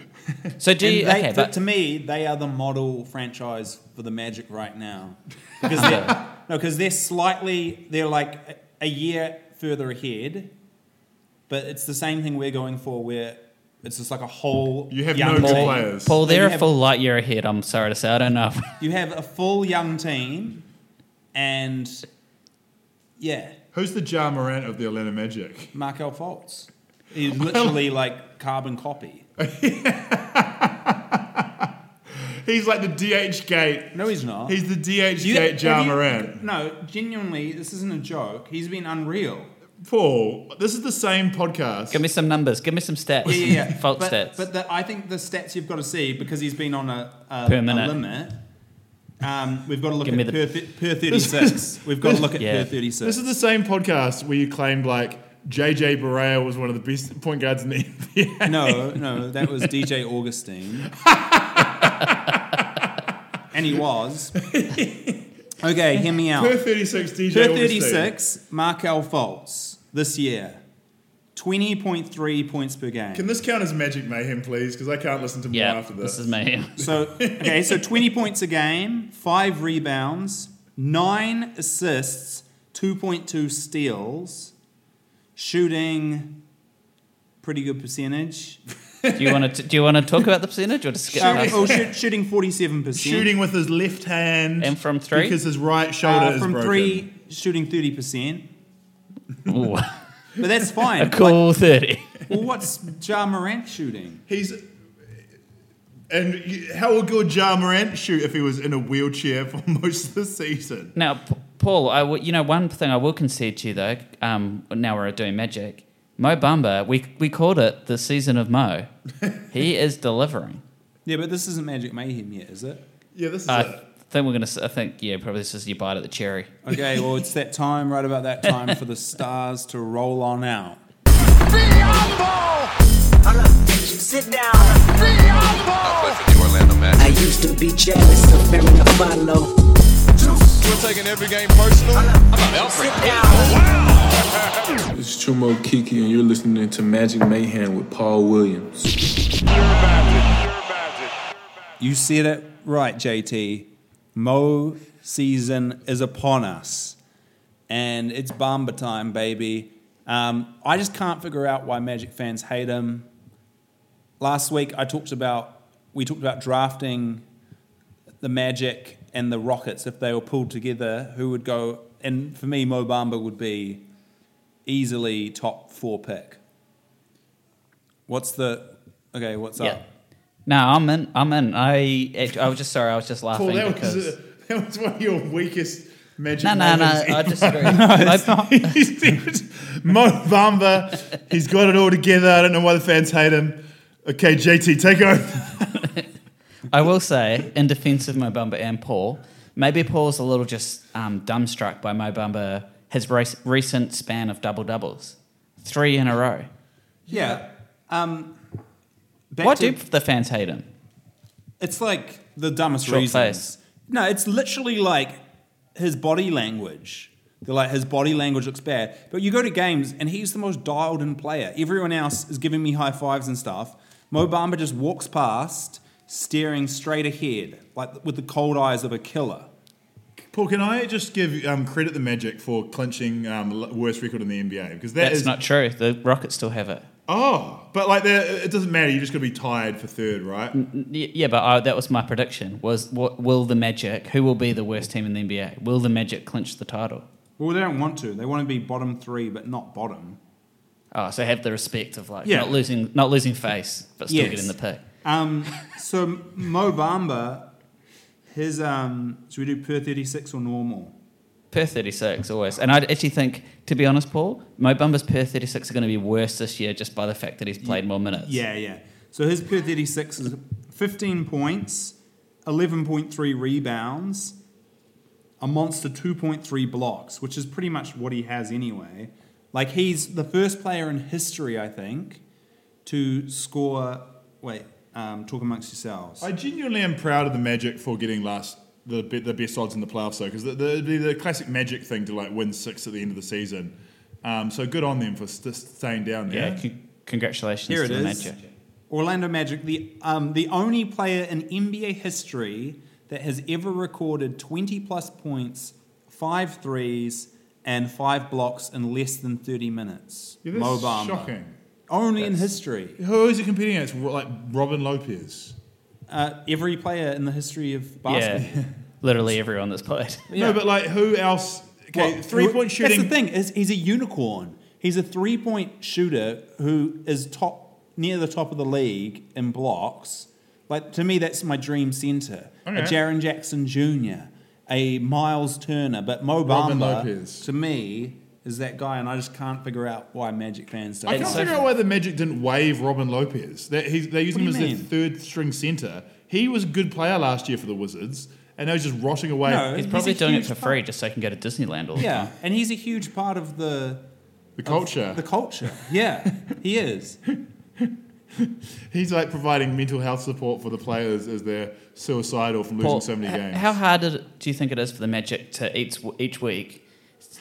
[SPEAKER 2] So do
[SPEAKER 3] And
[SPEAKER 2] you,
[SPEAKER 3] they-
[SPEAKER 2] okay,
[SPEAKER 3] but
[SPEAKER 2] but
[SPEAKER 3] to me, they are the model franchise for the Magic right now. Because they're, no, because they're slightly they're like a- a year further ahead, but it's the same thing we're going for. Where it's just like a whole
[SPEAKER 1] You have
[SPEAKER 3] young
[SPEAKER 1] no
[SPEAKER 3] team.
[SPEAKER 1] players.
[SPEAKER 2] Paul,
[SPEAKER 3] Then
[SPEAKER 2] they're
[SPEAKER 3] you
[SPEAKER 2] a
[SPEAKER 3] have-
[SPEAKER 2] full light year ahead. I'm sorry to say, I don't know.
[SPEAKER 3] You have a full young team, and yeah,
[SPEAKER 1] Who's the Ja Morant of the Atlanta Magic?
[SPEAKER 3] Markel Fultz. He's literally like carbon copy.
[SPEAKER 1] He's like the DH gate.
[SPEAKER 3] No, he's not.
[SPEAKER 1] He's the DH
[SPEAKER 3] You-
[SPEAKER 1] gate Ja
[SPEAKER 3] have you-
[SPEAKER 1] Morant.
[SPEAKER 3] No, genuinely, this isn't a joke. He's been unreal.
[SPEAKER 1] Paul, this is the same podcast.
[SPEAKER 2] give me some numbers. Give me some stats.
[SPEAKER 3] Yeah, yeah, yeah.
[SPEAKER 2] False
[SPEAKER 3] but,
[SPEAKER 2] stats.
[SPEAKER 3] But the, I think the stats you've got to see because he's been on a, a,
[SPEAKER 2] Per
[SPEAKER 3] a
[SPEAKER 2] minute.
[SPEAKER 3] limit. Um, we've got to look
[SPEAKER 2] Give me
[SPEAKER 3] at
[SPEAKER 2] the-
[SPEAKER 3] per, thi- per 36. we've got to look at
[SPEAKER 2] Yeah.
[SPEAKER 3] per 36.
[SPEAKER 1] This is the same podcast where you claimed like JJ Barea was one of the best point guards in the NBA.
[SPEAKER 3] No, no, that was DJ Augustine. and he was. Okay, hear me out.
[SPEAKER 1] Per 36, DJ
[SPEAKER 3] Per
[SPEAKER 1] Augustine.
[SPEAKER 3] 36, Markel Fultz this year. 20.3 points per game.
[SPEAKER 1] Can this count as Magic Mayhem, please? Because I can't listen to more
[SPEAKER 2] yeah,
[SPEAKER 1] after this.
[SPEAKER 2] this is me.
[SPEAKER 3] so, okay, so 20 points a game, 5 rebounds, 9 assists, 2.2 steals, shooting pretty good percentage.
[SPEAKER 2] do you want to? Do you want to talk about the percentage or just skip
[SPEAKER 3] Uh,
[SPEAKER 2] past
[SPEAKER 3] oh,
[SPEAKER 2] it?
[SPEAKER 3] shoot, shooting 47%.
[SPEAKER 1] Shooting with his left hand.
[SPEAKER 2] And from three?
[SPEAKER 1] Because his right shoulder
[SPEAKER 3] Uh,
[SPEAKER 1] is
[SPEAKER 3] from
[SPEAKER 1] broken.
[SPEAKER 3] three, shooting thirty percent,
[SPEAKER 2] Ooh,
[SPEAKER 3] but that's
[SPEAKER 2] a
[SPEAKER 3] fine. Like,
[SPEAKER 2] cool thirty.
[SPEAKER 3] well, what's Ja Morant shooting?
[SPEAKER 1] He's. And you- how would good Ja Morant shoot if he was in a wheelchair for most of the season?
[SPEAKER 2] Now, P- Paul, I w- you know one thing I will concede to you though. Um, now we're doing magic. Mo Bamba, we, we called it the season of Mo. he is delivering.
[SPEAKER 3] Yeah, but this isn't Magic Mayhem yet, is it?
[SPEAKER 1] Yeah, this is
[SPEAKER 2] I
[SPEAKER 1] it.
[SPEAKER 2] think we're going to, I think, yeah, probably this is your bite at the cherry.
[SPEAKER 3] Okay, well, it's that time, right about that time, for the stars to roll on out.
[SPEAKER 4] Biombo!
[SPEAKER 6] Sit down.
[SPEAKER 4] Biombo!
[SPEAKER 5] for the Orlando
[SPEAKER 6] I
[SPEAKER 5] Magic.
[SPEAKER 6] used to be jealous of Mary follow.
[SPEAKER 5] We're taking every game personal. I'm not
[SPEAKER 6] Sit down.
[SPEAKER 7] It's Chumo Kiki, and you're listening to Magic Mayhem with Paul Williams.
[SPEAKER 3] You said it right, JT. Mo season is upon us, and it's Bamba time, baby. Um, I just can't figure out why Magic fans hate him. Last week, I talked about we talked about drafting the Magic and the Rockets if they were pulled together, who would go? And for me, Mo Bamba would be easily top four pick. What's the okay? What's up?
[SPEAKER 2] No, I'm in. I'm in. I, act- I was just sorry. I was just laughing
[SPEAKER 1] Paul, that
[SPEAKER 2] because.
[SPEAKER 1] was, uh, that was one of your weakest magic.
[SPEAKER 2] no, no, no. I
[SPEAKER 1] moments.
[SPEAKER 2] disagree. I,
[SPEAKER 1] He's- he was- Mo Bamba, he's got it all together. I don't know why the fans hate him. Okay, JT, take over.
[SPEAKER 2] I will say, in defense of Mo Bamba and Paul, maybe Paul's a little just um, dumbstruck by Mo Bamba, his race, recent span of double doubles, three in a row.
[SPEAKER 3] Yeah. Um, back
[SPEAKER 2] Why do
[SPEAKER 3] to-
[SPEAKER 2] the fans hate him?
[SPEAKER 3] It's like the dumbest
[SPEAKER 2] Short
[SPEAKER 3] reasons.
[SPEAKER 2] face.
[SPEAKER 3] No, it's literally like his body language. They're like his body language looks bad, but you go to games and he's the most dialed-in player. Everyone else is giving me high fives and stuff. Mo Bamba just walks past, staring straight ahead, like with the cold eyes of a killer.
[SPEAKER 1] Paul, can I just give um, credit the Magic for clinching um, l- worst record in the NBA because that
[SPEAKER 2] That's
[SPEAKER 1] is
[SPEAKER 2] not true. The Rockets still have it.
[SPEAKER 1] oh, but like they're- it doesn't matter. You're just gonna be tired for third, right?
[SPEAKER 2] Y- Yeah, but I, that was my prediction. Was what will the Magic? Who will be the worst team in the NBA? Will the Magic clinch the title?
[SPEAKER 3] Well, they don't want to. They want to be bottom three, but not bottom.
[SPEAKER 2] Oh, so have the respect of like
[SPEAKER 3] Yeah.
[SPEAKER 2] not losing, not losing face, but still
[SPEAKER 3] Yes.
[SPEAKER 2] getting the pick.
[SPEAKER 3] Um, so Mo Bamba, his um, should we do per thirty-six or normal?
[SPEAKER 2] Per 36 always. And I actually think, to be honest, Paul, Mo Bumba's per 36 are going to be worse this year just by the fact that he's played more minutes.
[SPEAKER 3] Yeah, yeah. So his per 36 is 15 points, 11.3 rebounds, a monster 2.3 blocks, which is pretty much what he has anyway. Like he's the first player in history, I think, to score. Wait, um, talk amongst yourselves.
[SPEAKER 1] I genuinely am proud of the Magic for getting last the be- the best odds in the playoffs though, because the, the it'd be the classic Magic thing to like win six at the end of the season. Um, so good on them for st- staying down
[SPEAKER 2] Yeah.
[SPEAKER 1] there.
[SPEAKER 2] con- congratulations
[SPEAKER 3] Here it
[SPEAKER 2] to
[SPEAKER 3] is.
[SPEAKER 2] the Magic.
[SPEAKER 3] Orlando Magic, the um, the only player in NBA history that has ever recorded 20 plus points, five threes, and five blocks in less than 30 minutes.
[SPEAKER 1] Yeah, that's
[SPEAKER 3] Mo Bamba.
[SPEAKER 1] shocking.
[SPEAKER 3] Only in history.
[SPEAKER 1] Who is he competing against? Ro- Like Robin Lopez.
[SPEAKER 3] Uh, every player in the history of
[SPEAKER 2] Yeah.
[SPEAKER 3] basketball.
[SPEAKER 2] Literally everyone that's played.
[SPEAKER 1] No, but like who else? Okay,
[SPEAKER 3] Well,
[SPEAKER 1] three point shooting.
[SPEAKER 3] That's the thing. Is he's a unicorn. He's a three point shooter who is top near the top of the league in blocks. Like to me, that's my dream center. A
[SPEAKER 1] Okay.
[SPEAKER 3] Jaron Jackson Jr., a Miles Turner, but Mo
[SPEAKER 1] Robin
[SPEAKER 3] Bamba
[SPEAKER 1] Lopez.
[SPEAKER 3] to me is that guy, and I just can't figure out why Magic fans don't.
[SPEAKER 1] I
[SPEAKER 3] like
[SPEAKER 1] can't
[SPEAKER 2] so-
[SPEAKER 1] figure out why the Magic didn't waive Robin Lopez. That he's, they use
[SPEAKER 3] What
[SPEAKER 1] him
[SPEAKER 3] do
[SPEAKER 1] as
[SPEAKER 3] you
[SPEAKER 1] their
[SPEAKER 3] mean?
[SPEAKER 1] third string center. He was a good player last year for the Wizards, and now he's just rotting away.
[SPEAKER 3] No,
[SPEAKER 2] He's
[SPEAKER 3] He's
[SPEAKER 2] probably
[SPEAKER 3] a
[SPEAKER 2] doing it
[SPEAKER 3] huge
[SPEAKER 2] for
[SPEAKER 3] part.
[SPEAKER 2] free just so he can go to Disneyland all the
[SPEAKER 3] Yeah,
[SPEAKER 2] time.
[SPEAKER 3] and he's a huge part of the
[SPEAKER 1] the
[SPEAKER 3] of
[SPEAKER 1] culture.
[SPEAKER 3] The culture. Yeah, he is.
[SPEAKER 1] He's like providing mental health support for the players as they're suicidal from losing
[SPEAKER 2] Paul,
[SPEAKER 1] so many
[SPEAKER 2] h-
[SPEAKER 1] games.
[SPEAKER 2] How hard it- do you think it is for the Magic to each, each week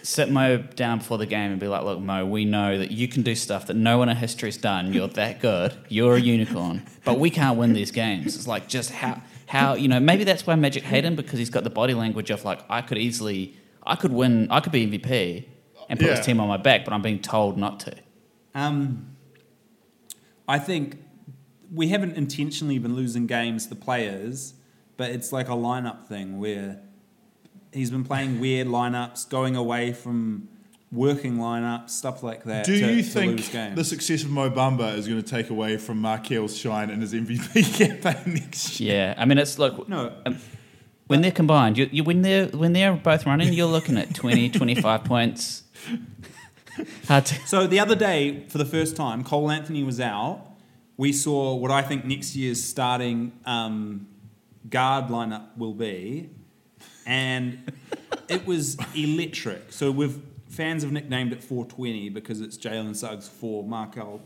[SPEAKER 2] sit Mo down before the game and be like, look, Mo, we know that you can do stuff that no one in history's done. You're that good. You're a unicorn. But we can't win these games. It's like just how, how you know, maybe that's why Magic hate him because he's got the body language of like, I could easily, I could win, I could be MVP and put
[SPEAKER 1] Yeah.
[SPEAKER 2] this team on my back, but I'm being told not to.
[SPEAKER 3] Um, I think we haven't intentionally been losing games to players, but it's like a lineup thing where he's been playing weird lineups, going away from working lineups, stuff like that.
[SPEAKER 1] Do
[SPEAKER 3] to-
[SPEAKER 1] you
[SPEAKER 3] to
[SPEAKER 1] think
[SPEAKER 3] lose games.
[SPEAKER 1] the success of Mo Bamba is going to take away from Markel's shine and his MVP campaign next year?
[SPEAKER 2] Yeah. I mean, it's look,
[SPEAKER 3] No,
[SPEAKER 2] when they're combined, you, you when they're when they're both running, you're looking at 20, 25 points. Hard to,
[SPEAKER 3] So the other day, for the first time, Cole Anthony was out. We saw what I think next year's starting um, guard lineup will be, and it was electric. So we've fans have nicknamed it 420 because it's Jalen Suggs for Markel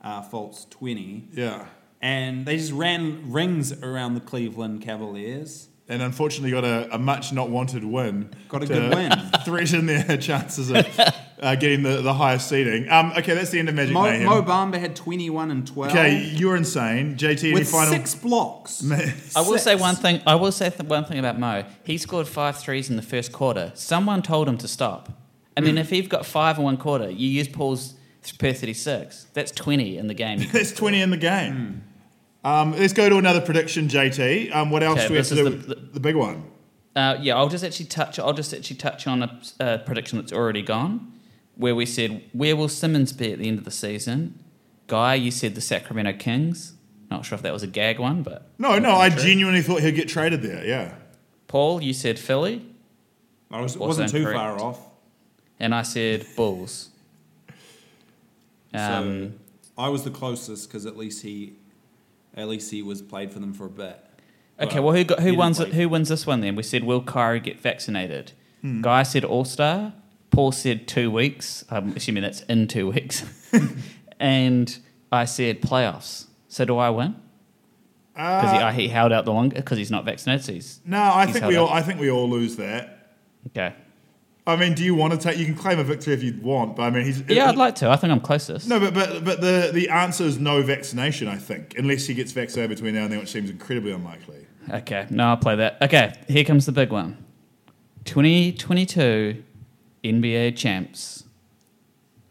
[SPEAKER 3] uh, Fultz 20,
[SPEAKER 1] Yeah.
[SPEAKER 3] and they just ran rings around the Cleveland Cavaliers.
[SPEAKER 1] And unfortunately, got a, a much not wanted win.
[SPEAKER 3] Got a
[SPEAKER 1] to
[SPEAKER 3] good win.
[SPEAKER 1] Threaten their chances of uh, getting the, the highest seeding. Um, okay, that's the end of Magic
[SPEAKER 3] Mo,
[SPEAKER 1] Mayhem.
[SPEAKER 3] Mo Bamba had 21 and 12
[SPEAKER 1] okay, you're insane. JT, any
[SPEAKER 3] with
[SPEAKER 1] final.
[SPEAKER 3] six blocks.
[SPEAKER 2] I will say
[SPEAKER 3] Six.
[SPEAKER 2] one thing. I will say th- one thing about Mo. He scored five threes in the first quarter. Someone told him to stop. I mean, if you've got five in one quarter, you use Paul's th- per thirty-six. That's twenty in the game. You could-
[SPEAKER 1] that's 20 in the game. Um, let's go to another prediction, JT. Um, what else
[SPEAKER 2] Okay,
[SPEAKER 1] do we have
[SPEAKER 2] this
[SPEAKER 1] to
[SPEAKER 2] is
[SPEAKER 1] do?
[SPEAKER 2] the-
[SPEAKER 1] with the big one.
[SPEAKER 2] Uh, yeah, I'll just actually touch. I'll just actually touch on a, a prediction that's already gone, where we said where will Simmons be at the end of the season? Guy, you said the Sacramento Kings. Not sure if that was a gag one, but
[SPEAKER 1] No, no, I genuinely thought he'd get traded there. Yeah.
[SPEAKER 2] Paul, you said Philly,
[SPEAKER 3] I was,
[SPEAKER 2] Also
[SPEAKER 3] wasn't too
[SPEAKER 2] incorrect.
[SPEAKER 3] far off.
[SPEAKER 2] and I said Bulls. Um,
[SPEAKER 3] so I was the closest because at least he, at least he was played for them for a bit.
[SPEAKER 2] Okay, well, who got,
[SPEAKER 3] he
[SPEAKER 2] who
[SPEAKER 3] didn't
[SPEAKER 2] wins
[SPEAKER 3] play.
[SPEAKER 2] who wins this one then? We said will Kyrie get vaccinated? Guy said All Star. Paul said two weeks. I'm assuming that's in two weeks. and I said playoffs. So do I win? Because he, I- he held out the longer because he's not vaccinated. So he's,
[SPEAKER 1] No, I
[SPEAKER 2] He's
[SPEAKER 1] think
[SPEAKER 2] held
[SPEAKER 1] we all.
[SPEAKER 2] up.
[SPEAKER 1] I think we all lose that.
[SPEAKER 2] okay.
[SPEAKER 1] I mean, do you want to take? You can claim a victory if you want, but I mean, he's.
[SPEAKER 2] Yeah, I'd like to. I think I'm closest.
[SPEAKER 1] No, but but but the the answer is no vaccination. I think unless he gets vaccinated between now and then, which seems incredibly unlikely.
[SPEAKER 2] Okay, no, I'll play that. Okay, here comes the big one. 2022 NBA champs.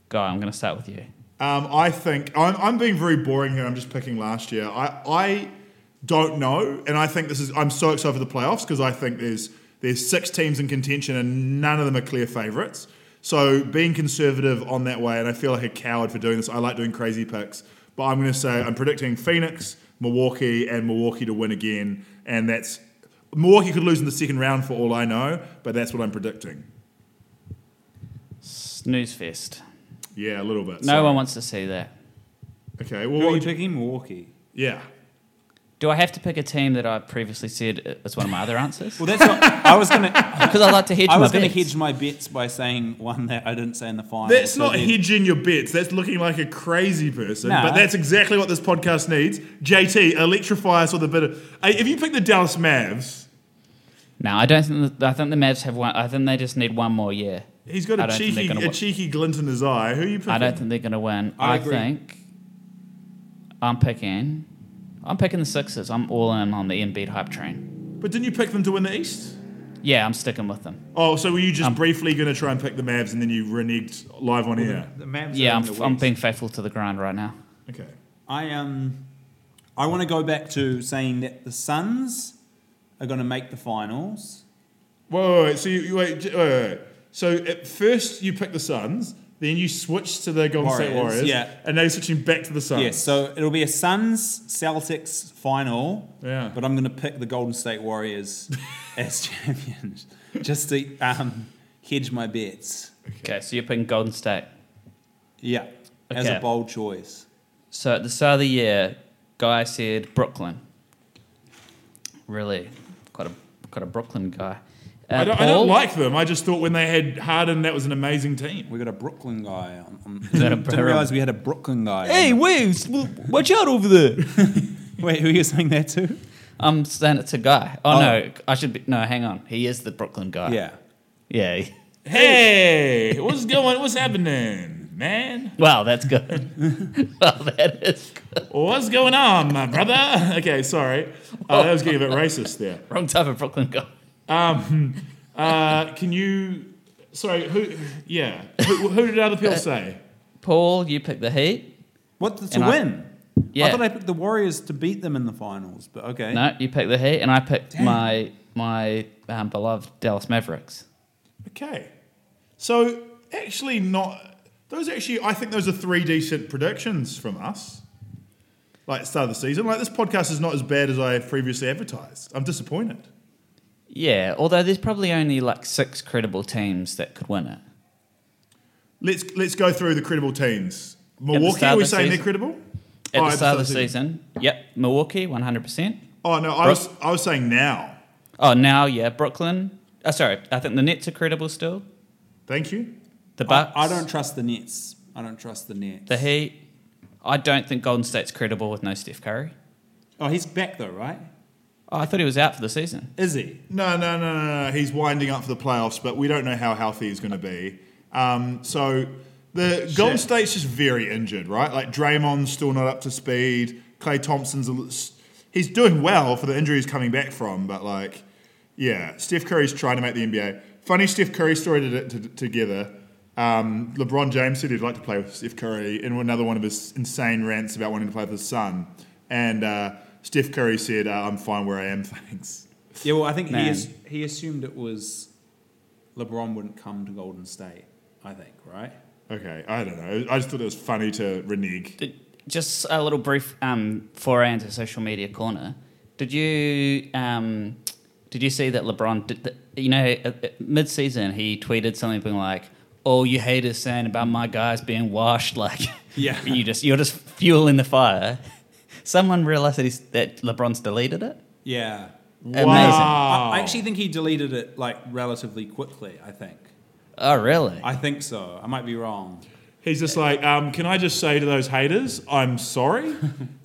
[SPEAKER 2] Guy, I'm going to start with you.
[SPEAKER 1] Um, I think I'm, I'm being very boring here. I'm just picking last year. I, I don't know, and I think this is. I'm so excited for the playoffs because I think there's there's six teams in contention and none of them are clear favourites. So being conservative on that way, and I feel like a coward for doing this. I like doing crazy picks, but I'm going to say I'm predicting Phoenix, Milwaukee, and Milwaukee to win again. And that's Milwaukee could lose in the second round for all I know, but that's what I'm predicting.
[SPEAKER 2] Snooze fest.
[SPEAKER 1] Yeah, a little bit.
[SPEAKER 2] No
[SPEAKER 1] Sorry.
[SPEAKER 2] one wants to see that.
[SPEAKER 1] Okay.
[SPEAKER 3] Who
[SPEAKER 1] Well,
[SPEAKER 3] are you
[SPEAKER 1] what-
[SPEAKER 3] picking? Milwaukee.
[SPEAKER 1] yeah.
[SPEAKER 2] Do I have to pick a team that I previously said is one of my other answers?
[SPEAKER 3] Well, that's what I was gonna.
[SPEAKER 2] Because I like to hedge
[SPEAKER 3] I
[SPEAKER 2] my
[SPEAKER 3] was gonna
[SPEAKER 2] bets.
[SPEAKER 3] hedge my bets by saying one that I didn't say in the final.
[SPEAKER 2] Oh,
[SPEAKER 1] That's
[SPEAKER 3] so
[SPEAKER 1] not
[SPEAKER 3] then-
[SPEAKER 1] hedging your bets. That's looking like a crazy person.
[SPEAKER 3] Nah.
[SPEAKER 1] But that's exactly what this podcast needs. JT, electrify us with a bit of. Hey, if you pick the Dallas Mavs,
[SPEAKER 2] No, I don't think. The, I think the Mavs have one. I think they just need one more year.
[SPEAKER 1] he's got
[SPEAKER 2] I
[SPEAKER 1] a
[SPEAKER 2] don't think they're
[SPEAKER 1] cheeky,
[SPEAKER 2] gonna
[SPEAKER 1] a
[SPEAKER 2] win.
[SPEAKER 1] cheeky glint in his eye. Who are you picking?
[SPEAKER 2] I don't think they're going to win.
[SPEAKER 3] I
[SPEAKER 2] I,
[SPEAKER 3] agree.
[SPEAKER 2] think I'm picking. I'm picking the Sixers. I'm all in on the Embiid hype train.
[SPEAKER 1] but didn't you pick them to win the East?
[SPEAKER 2] Yeah, I'm sticking with them.
[SPEAKER 1] Oh, so were you
[SPEAKER 2] Um,
[SPEAKER 1] just briefly going to try and pick the Mavs and then you reneged live on air?
[SPEAKER 3] The Mavs
[SPEAKER 2] Yeah,
[SPEAKER 3] are
[SPEAKER 2] I'm,
[SPEAKER 3] in the
[SPEAKER 2] I'm
[SPEAKER 3] West.
[SPEAKER 2] being faithful to the grind right now.
[SPEAKER 1] Okay.
[SPEAKER 3] I um, I want to go back to saying that the Suns are gonna make the finals.
[SPEAKER 1] Whoa, wait, wait, so you, you wait, j- wait, wait, wait. So at first you picked the Suns, then you switched to the Golden State
[SPEAKER 3] Warriors,
[SPEAKER 1] Warriors,
[SPEAKER 3] yeah.
[SPEAKER 1] and now you're switching back to the Suns.
[SPEAKER 3] Yes, so it'll be a Suns Celtics final.
[SPEAKER 1] Yeah.
[SPEAKER 3] But I'm going to pick the Golden State Warriors as champions just to um, hedge my bets.
[SPEAKER 2] Okay, so you're picking Golden State.
[SPEAKER 3] Yeah. As a
[SPEAKER 2] Okay.
[SPEAKER 3] bold choice.
[SPEAKER 2] So at the start of the year, guy said Brooklyn. Really, quite a quite a Brooklyn guy. Uh,
[SPEAKER 1] I don't, I don't
[SPEAKER 2] Paul?
[SPEAKER 1] like them. I just thought when they had Harden, that was an amazing team.
[SPEAKER 3] We got a Brooklyn guy. On, on,
[SPEAKER 2] got a
[SPEAKER 3] didn't didn't
[SPEAKER 2] Brooklyn-
[SPEAKER 3] realize we had a Brooklyn guy.
[SPEAKER 2] Waves, watch out over there.
[SPEAKER 3] Wait, who are you saying that to?
[SPEAKER 2] I'm saying it's a guy. Oh,
[SPEAKER 3] Oh.
[SPEAKER 2] no, I should be. No, hang on. He is the Brooklyn guy.
[SPEAKER 3] Yeah.
[SPEAKER 2] Yeah.
[SPEAKER 1] Hey, what's going? What's happening, man?
[SPEAKER 2] Wow, that's good. wow, that is good.
[SPEAKER 1] What's going on, my brother? Okay, sorry, uh, that was getting a bit racist there.
[SPEAKER 2] Wrong type of Brooklyn guy.
[SPEAKER 1] Uh, can you? Sorry, who? Yeah, who, who did other people say?
[SPEAKER 2] Paul, you picked the Heat.
[SPEAKER 3] What to
[SPEAKER 2] And I-
[SPEAKER 3] win?
[SPEAKER 2] Yeah.
[SPEAKER 3] I thought I picked the Warriors to beat them in the finals, but okay.
[SPEAKER 2] No, you picked the Heat, and I picked my my um, beloved Dallas Mavericks.
[SPEAKER 1] Okay, so actually, not those. Actually, I think those are three decent predictions from us. Like the start of the season, like this podcast is not as bad as I previously advertised. I'm disappointed.
[SPEAKER 2] Yeah, although there's probably only like six credible teams that could win it.
[SPEAKER 1] Let's let's go through the credible teams.
[SPEAKER 2] the
[SPEAKER 1] Milwaukee,
[SPEAKER 2] start
[SPEAKER 1] are
[SPEAKER 2] of
[SPEAKER 1] we
[SPEAKER 2] the
[SPEAKER 1] saying they're
[SPEAKER 2] season.
[SPEAKER 1] credible?
[SPEAKER 2] At
[SPEAKER 1] Oh,
[SPEAKER 2] the start of the
[SPEAKER 1] season.
[SPEAKER 2] season, yep, Milwaukee, 100%.
[SPEAKER 1] Oh no, I
[SPEAKER 2] Bro-
[SPEAKER 1] was I was saying now.
[SPEAKER 2] Oh, now, yeah, Brooklyn. Oh, sorry, I think the Nets are credible still.
[SPEAKER 1] Thank you.
[SPEAKER 2] The Bucks.
[SPEAKER 3] I, I don't trust the Nets. I don't trust the Nets.
[SPEAKER 2] The Heat. I don't think Golden State's credible with no Steph Curry.
[SPEAKER 3] oh, he's back though, right?
[SPEAKER 2] Oh, I thought he was out for the season.
[SPEAKER 3] Is he?
[SPEAKER 1] No, no, no, no, no. He's winding up for the playoffs, but we don't know how healthy he's going to be. Um, so the Golden State's just very injured, right? Like Draymond's still not up to speed. Clay Thompson's a l- s- he's doing well for the injury he's coming back from, but like, yeah, Steph Curry's trying to make the NBA. Funny Steph Curry story to, to, together. Um, LeBron James said he'd like to play with Steph Curry in another one of his insane rants about wanting to play with his son, and uh, Steph Curry said, uh, "I'm fine where I am, thanks."
[SPEAKER 3] Yeah, well, I think he
[SPEAKER 2] Man.
[SPEAKER 3] is, he assumed it was LeBron wouldn't come to Golden State. I think, right?
[SPEAKER 1] Okay, I don't know. I just thought it was funny to renege.
[SPEAKER 2] Did, just a little brief um, foray into social media corner. Did you um, did you see that LeBron? Did the, you know, at- at mid-season he tweeted something being like, "All you haters saying about my guys being washed, like,
[SPEAKER 3] Yeah.
[SPEAKER 2] you just you're just fueling the fire." Someone realized that, he's, that LeBron's deleted it.
[SPEAKER 3] Yeah.
[SPEAKER 2] Amazing.
[SPEAKER 3] I, I actually think he deleted it like relatively quickly. I think.
[SPEAKER 2] Oh, really?
[SPEAKER 3] I think so. I might be wrong.
[SPEAKER 1] He's just like, um, can I just say to those haters, I'm sorry.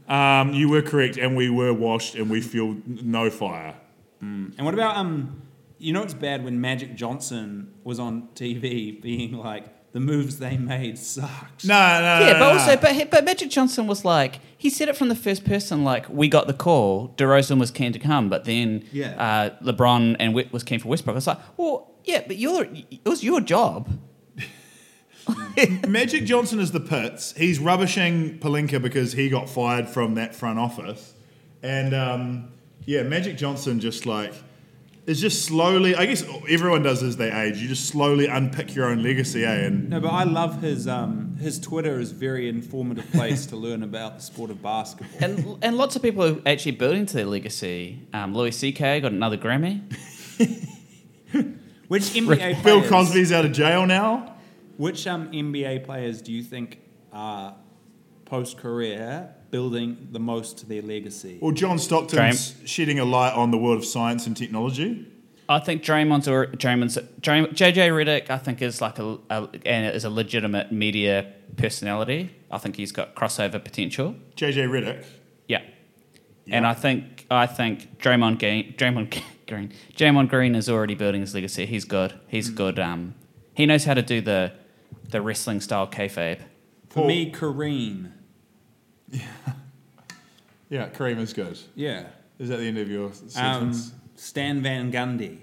[SPEAKER 1] um, you were correct, and we were washed, and we feel no fire.
[SPEAKER 3] And what about um? You know it's bad when Magic Johnson was on TV being like the moves they made sucked.
[SPEAKER 1] No, no,
[SPEAKER 2] Yeah, but also, but, he- but Magic Johnson was like, he said it from the first person. Like, we got the call. DeRozan was keen to come, but then
[SPEAKER 3] Yeah.
[SPEAKER 2] uh, LeBron and Whit was keen for Westbrook. It's like, well, yeah, but your it was your job.
[SPEAKER 1] Magic Johnson is the pits. He's rubbishing Palinka because he got fired from that front office, and um, yeah, Magic Johnson just like is just slowly. I guess everyone does as they age. You just slowly unpick your own legacy, eh? And
[SPEAKER 3] No, but I love his um, his Twitter is a very informative place to learn about the sport of basketball.
[SPEAKER 2] And and lots of people are actually building to their legacy. Um, Louis C.K. got another Grammy.
[SPEAKER 3] Which NBA
[SPEAKER 1] Bill
[SPEAKER 3] players,
[SPEAKER 1] Cosby's out of jail now.
[SPEAKER 3] Which um, NBA players do you think are post career building the most to their legacy?
[SPEAKER 1] Well, John Stockton's shedding a light on the world of science and technology.
[SPEAKER 2] I think Draymond's or Draymond's Draymond, JJ Redick. I think is like a, a and is a legitimate media personality. I think he's got crossover potential.
[SPEAKER 1] JJ Riddick.
[SPEAKER 2] Yeah. And I think I think Draymond Green, Draymond Green, Draymond Green is already building his legacy. He's good. He's good. Um, he knows how to do the the wrestling style kayfabe.
[SPEAKER 3] For
[SPEAKER 1] Paul-
[SPEAKER 3] me, Kareem.
[SPEAKER 1] Yeah, Kareem is good.
[SPEAKER 3] Yeah.
[SPEAKER 1] Is that the end of your
[SPEAKER 3] Um,
[SPEAKER 1] sentence?
[SPEAKER 3] Stan Van Gundy.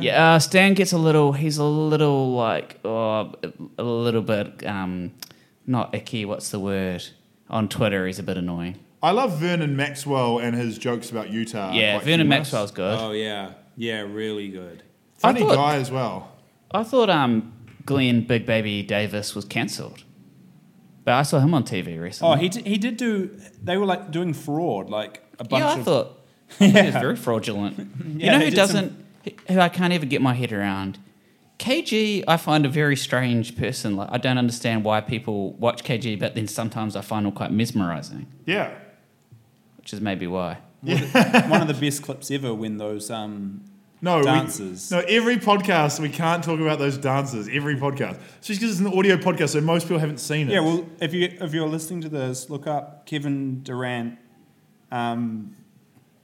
[SPEAKER 2] Yeah, uh, Stan gets a little. He's a little like oh, a little bit um, not icky. What's the word? On Twitter, he's a bit annoying.
[SPEAKER 1] I love Vernon Maxwell and his jokes about Utah.
[SPEAKER 2] yeah,
[SPEAKER 1] Like,
[SPEAKER 2] Vernon
[SPEAKER 1] humorous.
[SPEAKER 2] Maxwell's good.
[SPEAKER 3] Oh yeah, yeah, really good.
[SPEAKER 1] Funny
[SPEAKER 2] I thought-
[SPEAKER 1] guy as well.
[SPEAKER 2] I thought um, Glenn Big Baby Davis was cancelled, but I saw him on TV recently.
[SPEAKER 3] Oh, he d- he did do. They were like doing fraud, like a bunch
[SPEAKER 2] yeah,
[SPEAKER 3] of.
[SPEAKER 2] I thought I thought he was very fraudulent.
[SPEAKER 3] Yeah,
[SPEAKER 2] you
[SPEAKER 3] he
[SPEAKER 2] know who
[SPEAKER 3] did some-
[SPEAKER 2] doesn't? Who I can't ever get my head around. KG, I find a very strange person. Like I don't understand why people watch KG, but then sometimes I find him quite mesmerizing,
[SPEAKER 1] Yeah.
[SPEAKER 2] which is maybe why.
[SPEAKER 3] one of the best clips ever when those um
[SPEAKER 1] No, we-
[SPEAKER 3] Dances.
[SPEAKER 1] no, every podcast we can't talk about those dances. Every podcast, just because it's an audio podcast, so most people haven't seen it.
[SPEAKER 3] yeah well if you if you're listening to this look up Kevin Durant um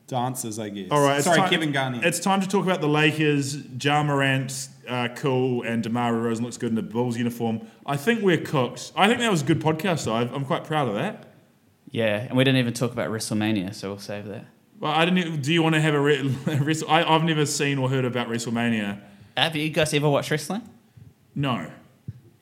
[SPEAKER 3] dances I guess
[SPEAKER 1] All right.
[SPEAKER 3] sorry
[SPEAKER 1] time,
[SPEAKER 3] Kevin Garney
[SPEAKER 1] It's time to talk about the Lakers. Ja Morant, uh, cool, and Demar Rosen looks good in the Bulls uniform. I think we're cooked. I think that was a good podcast. Though. I've- I'm quite proud of that.
[SPEAKER 2] Yeah, and we didn't even talk about WrestleMania, so we'll save that.
[SPEAKER 1] Well, I didn't. even- Do you want to have a, re- wrestle? I, I've never seen or heard about WrestleMania.
[SPEAKER 2] Have you guys ever watched wrestling?
[SPEAKER 1] No,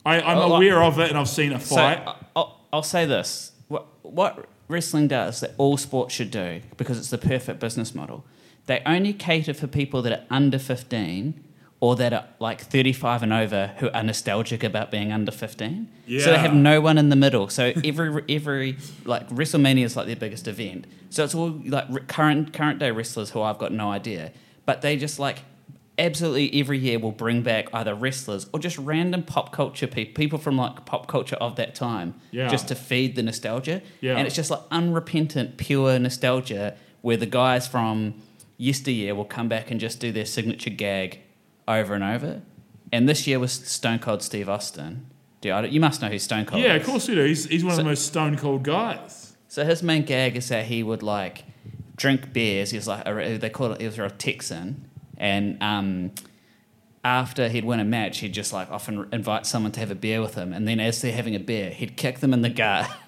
[SPEAKER 1] I, I'm
[SPEAKER 2] Oh, I-
[SPEAKER 1] aware of it, and I've seen a
[SPEAKER 2] So
[SPEAKER 1] fight.
[SPEAKER 2] I, I'll, I'll say this: what, what wrestling does that all sports should do, because it's the perfect business model. They only cater for people that are under fifteen or that are like thirty-five and over who are nostalgic about being under fifteen. So they
[SPEAKER 1] Yeah.
[SPEAKER 2] have no one in the middle. So every every like WrestleMania is like their biggest event. So it's all like r- current current day wrestlers who I've got no idea, but they just like absolutely every year will bring back either wrestlers or just random pop culture people, people from like pop culture of that time,
[SPEAKER 1] Yeah.
[SPEAKER 2] just to feed the nostalgia.
[SPEAKER 1] Yeah.
[SPEAKER 2] And it's just like unrepentant, pure nostalgia where the guys from yesteryear will come back and just do their signature gag over and over. And this year was Stone Cold Steve Austin. Dude, I don't- you must know who Stone Cold
[SPEAKER 1] Yeah,
[SPEAKER 2] is.
[SPEAKER 1] of course we do. He's, he's one of
[SPEAKER 2] So-
[SPEAKER 1] the most stone cold guys.
[SPEAKER 2] So his main gag is that he would like drink beers. He was like a, they call it. He was a Texan, and um, after he'd win a match, he'd just like often invite someone to have a beer with him, and then as they're having a beer, he'd kick them in the gut.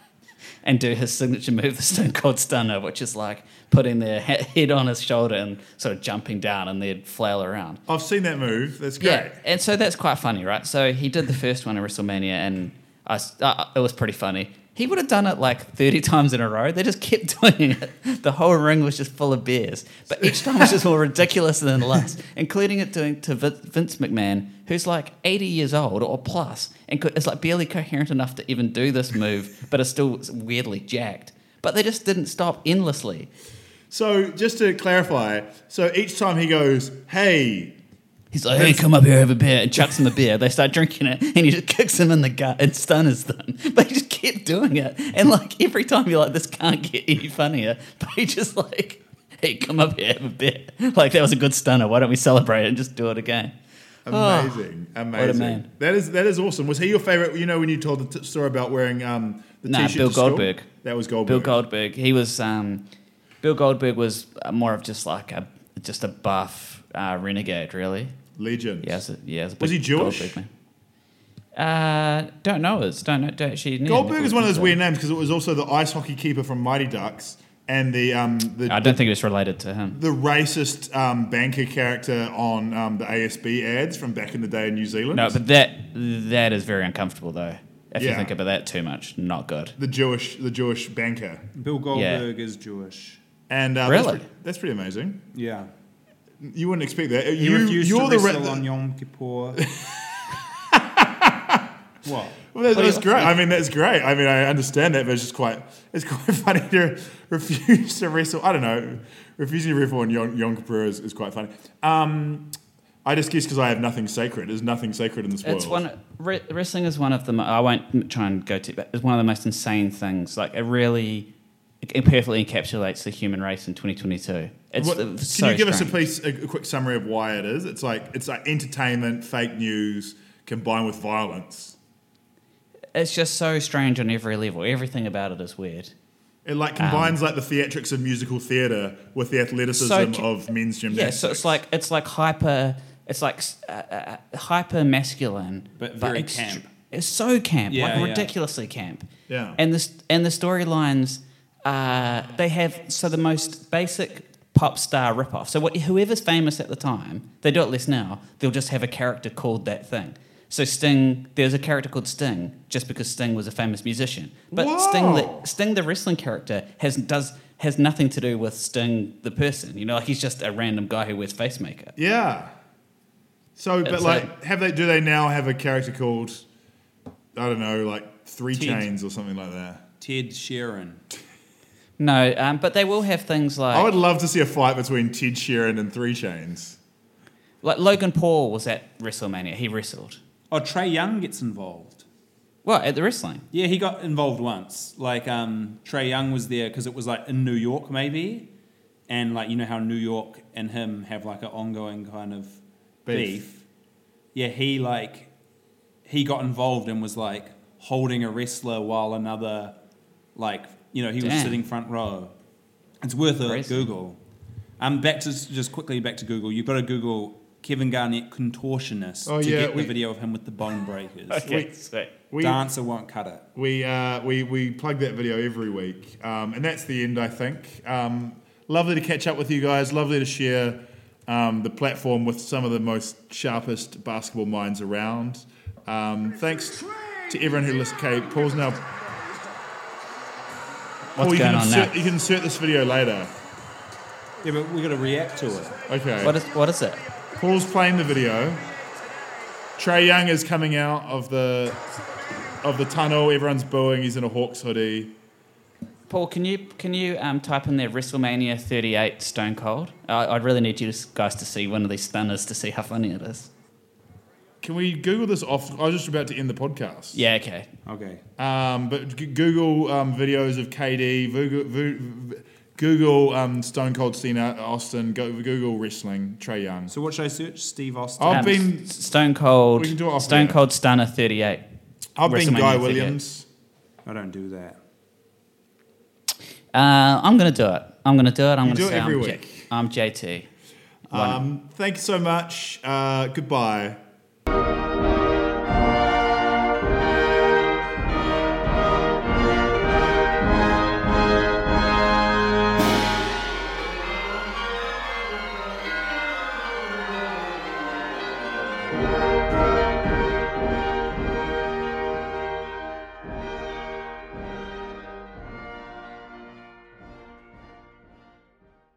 [SPEAKER 2] And do his signature move, the Stone Cold Stunner, which is like putting their he- head on his shoulder and sort of jumping down, and they'd flail around.
[SPEAKER 1] I've seen that move. That's great.
[SPEAKER 2] Yeah, and so that's quite funny, right? So he did the first one at WrestleMania, and I, s- uh, it was pretty funny. He would have done it like 30 times in a row. They just kept doing it. The whole ring was just full of beers. But each time was just more ridiculous than the last, including it doing to Vin- Vince McMahon, who's like 80 years old or plus, and could, is like barely coherent enough to even do this move, but is still weirdly jacked. But they just didn't stop endlessly.
[SPEAKER 1] So just to clarify, so each time he goes, hey,
[SPEAKER 2] He's like, hey, come up here, have a beer, and chucks him a beer. They start drinking it, and he just kicks him in the gut and stunners them. But he just kept doing it. And like every time you're like, this can't get any funnier. But he just like, hey, come up here, have a beer. Like that was a good stunner. Why don't we celebrate it and just do it again?
[SPEAKER 1] amazing, amazing.
[SPEAKER 2] man.
[SPEAKER 1] That is that is awesome. Was he your favorite? You know when you told the t- story about wearing um, the
[SPEAKER 2] Nah,
[SPEAKER 1] t-shirt
[SPEAKER 2] Bill
[SPEAKER 1] to school?
[SPEAKER 2] Goldberg.
[SPEAKER 1] That was Goldberg.
[SPEAKER 2] Bill Goldberg. He was um, Bill Goldberg was uh, more of just like a just a buff uh, renegade, really.
[SPEAKER 1] Legend.
[SPEAKER 2] Yeah, was, a, yeah. Was, a
[SPEAKER 1] Was
[SPEAKER 2] big
[SPEAKER 1] he Jewish?
[SPEAKER 2] Goldberg man. Uh, don't know. Is don't know. Don't actually. know.
[SPEAKER 1] Goldberg is one of those
[SPEAKER 2] So-
[SPEAKER 1] weird names because it was also the ice hockey keeper from Mighty Ducks and the um, the
[SPEAKER 2] I don't think it was related to him.
[SPEAKER 1] the racist um, banker character on um, the ASB ads from back in the day in New Zealand.
[SPEAKER 2] No, but that that is very uncomfortable though. If you
[SPEAKER 1] Yeah.
[SPEAKER 2] think about that too much, not good.
[SPEAKER 1] the Jewish the Jewish banker,
[SPEAKER 3] Bill Goldberg is Jewish.
[SPEAKER 1] and uh, that's,
[SPEAKER 2] Really?
[SPEAKER 1] pretty, that's pretty amazing.
[SPEAKER 3] Yeah.
[SPEAKER 1] You wouldn't expect that.
[SPEAKER 3] He
[SPEAKER 1] you,
[SPEAKER 3] refused
[SPEAKER 1] you're
[SPEAKER 3] to
[SPEAKER 1] the re-
[SPEAKER 3] wrestle on Yom Kippur. what?
[SPEAKER 1] Well, that's,
[SPEAKER 2] Well,
[SPEAKER 1] that's
[SPEAKER 2] yeah.
[SPEAKER 1] great. I mean, that's great. I mean, I understand that, but it's just quite it's quite funny to refuse to wrestle. I don't know, refusing to wrestle on Yom, Yom Kippur is, is quite funny. Um, I just guess because I have nothing sacred. There's nothing sacred in this world.
[SPEAKER 2] It's one re- wrestling is one of the. Mo- I won't m- try and go to, but it's one of the most insane things. Like it really, e, it perfectly encapsulates the human race in 2022. It's
[SPEAKER 1] What-
[SPEAKER 2] uh,
[SPEAKER 1] can
[SPEAKER 2] so
[SPEAKER 1] you give us a
[SPEAKER 2] strange.
[SPEAKER 1] piece, a, a quick summary of why it is? It's like it's like entertainment, fake news combined with violence.
[SPEAKER 2] It's just so strange on every level. Everything about it is weird.
[SPEAKER 1] It like
[SPEAKER 2] Um,
[SPEAKER 1] combines like the theatrics of musical theatre with the athleticism
[SPEAKER 2] So-
[SPEAKER 1] of men's
[SPEAKER 2] Yeah,
[SPEAKER 1] gymnastics.
[SPEAKER 2] so it's like it's like hyper. It's like s- uh, uh, hyper masculine,
[SPEAKER 3] But very
[SPEAKER 2] ext-
[SPEAKER 3] camp.
[SPEAKER 2] It's so camp,
[SPEAKER 3] Yeah,
[SPEAKER 2] like
[SPEAKER 3] yeah.
[SPEAKER 2] ridiculously camp.
[SPEAKER 1] Yeah.
[SPEAKER 2] and this and the storylines, uh, they have so the most basic pop star ripoff. So what, whoever's famous at the time, they do it less now. They'll just have a character called that thing. So Sting, there's a character called Sting just because Sting was a famous musician. But Sting,
[SPEAKER 1] Whoa.
[SPEAKER 2] the, Sting, the wrestling character, has does has nothing to do with Sting, the person. You know, like he's just a random guy who wears face makeup.
[SPEAKER 1] Yeah. So, but
[SPEAKER 2] It's
[SPEAKER 1] like,
[SPEAKER 2] like-
[SPEAKER 1] have they? Do they now have a character called, I don't know, like Three
[SPEAKER 3] Ted.
[SPEAKER 1] Chains or something like that?
[SPEAKER 3] Ted Sheeran.
[SPEAKER 2] No, um, but they will have things like
[SPEAKER 1] I would love to see a fight between Ted Sheeran and Three Chains.
[SPEAKER 2] like Logan Paul was at WrestleMania. He wrestled.
[SPEAKER 3] Oh, Trey Young gets involved.
[SPEAKER 2] Well, at the wrestling.
[SPEAKER 3] Yeah, he got involved once. Like um, Trey Young was there because it was like in New York, maybe, and like you know how New York and him have like an ongoing kind of beef.
[SPEAKER 1] Beef.
[SPEAKER 3] Yeah, he like he got involved and was like holding a wrestler while another, like you know, he was
[SPEAKER 2] Damn.
[SPEAKER 3] sitting front row. It's worth a
[SPEAKER 2] Crazy.
[SPEAKER 3] Google. Um, back to just quickly back to Google. You've got to Google Kevin Garnett contortionist
[SPEAKER 1] Oh,
[SPEAKER 3] to
[SPEAKER 1] yeah,
[SPEAKER 3] get
[SPEAKER 1] we-
[SPEAKER 3] the video of him with the bone breakers.
[SPEAKER 1] Okay,
[SPEAKER 2] sweet.
[SPEAKER 1] We
[SPEAKER 3] Dancer won't cut it.
[SPEAKER 1] we uh, we we plug that video every week, um, and that's the end. I think. Um, lovely to catch up with you guys. Lovely to share um, the platform with some of the most sharpest basketball minds around. Um, thanks to everyone who listens. Okay, Paul's now
[SPEAKER 2] What's
[SPEAKER 1] Paul, you
[SPEAKER 2] going
[SPEAKER 1] can
[SPEAKER 2] on
[SPEAKER 1] insert,
[SPEAKER 2] now?
[SPEAKER 1] You can insert this video later.
[SPEAKER 3] Yeah, but we got to react to it.
[SPEAKER 1] Okay.
[SPEAKER 2] What is what is it?
[SPEAKER 1] Paul's playing the video. Trey Young is coming out of the of the tunnel. Everyone's booing. He's in a Hawks hoodie.
[SPEAKER 2] Paul, can you can you um, type in there WrestleMania 38 Stone Cold? I I'd really need you guys to see one of these stunners to see how funny it is.
[SPEAKER 1] Can we Google this off? I was just about to end the podcast.
[SPEAKER 2] Yeah, okay.
[SPEAKER 3] Okay.
[SPEAKER 1] Um, but g- Google um, videos of KD, Google, Vo- Google um, Stone Cold Cena, Austin, go, Google wrestling, Trey Young.
[SPEAKER 3] So what should I search? Steve Austin.
[SPEAKER 1] I've
[SPEAKER 2] Um,
[SPEAKER 1] been
[SPEAKER 2] S- Stone Cold
[SPEAKER 1] We can do it off
[SPEAKER 2] Stone
[SPEAKER 1] there.
[SPEAKER 2] Cold Stunner 38.
[SPEAKER 1] I've been
[SPEAKER 2] WrestleMania
[SPEAKER 1] Guy
[SPEAKER 2] 38.
[SPEAKER 1] Williams.
[SPEAKER 3] I don't do that.
[SPEAKER 2] Uh, I'm gonna do it. I'm gonna do it. I'm gonna
[SPEAKER 1] do it
[SPEAKER 2] say
[SPEAKER 1] every
[SPEAKER 2] I'm, J-
[SPEAKER 1] week.
[SPEAKER 2] I'm JT.
[SPEAKER 1] Um, thank you so much. Uh, goodbye.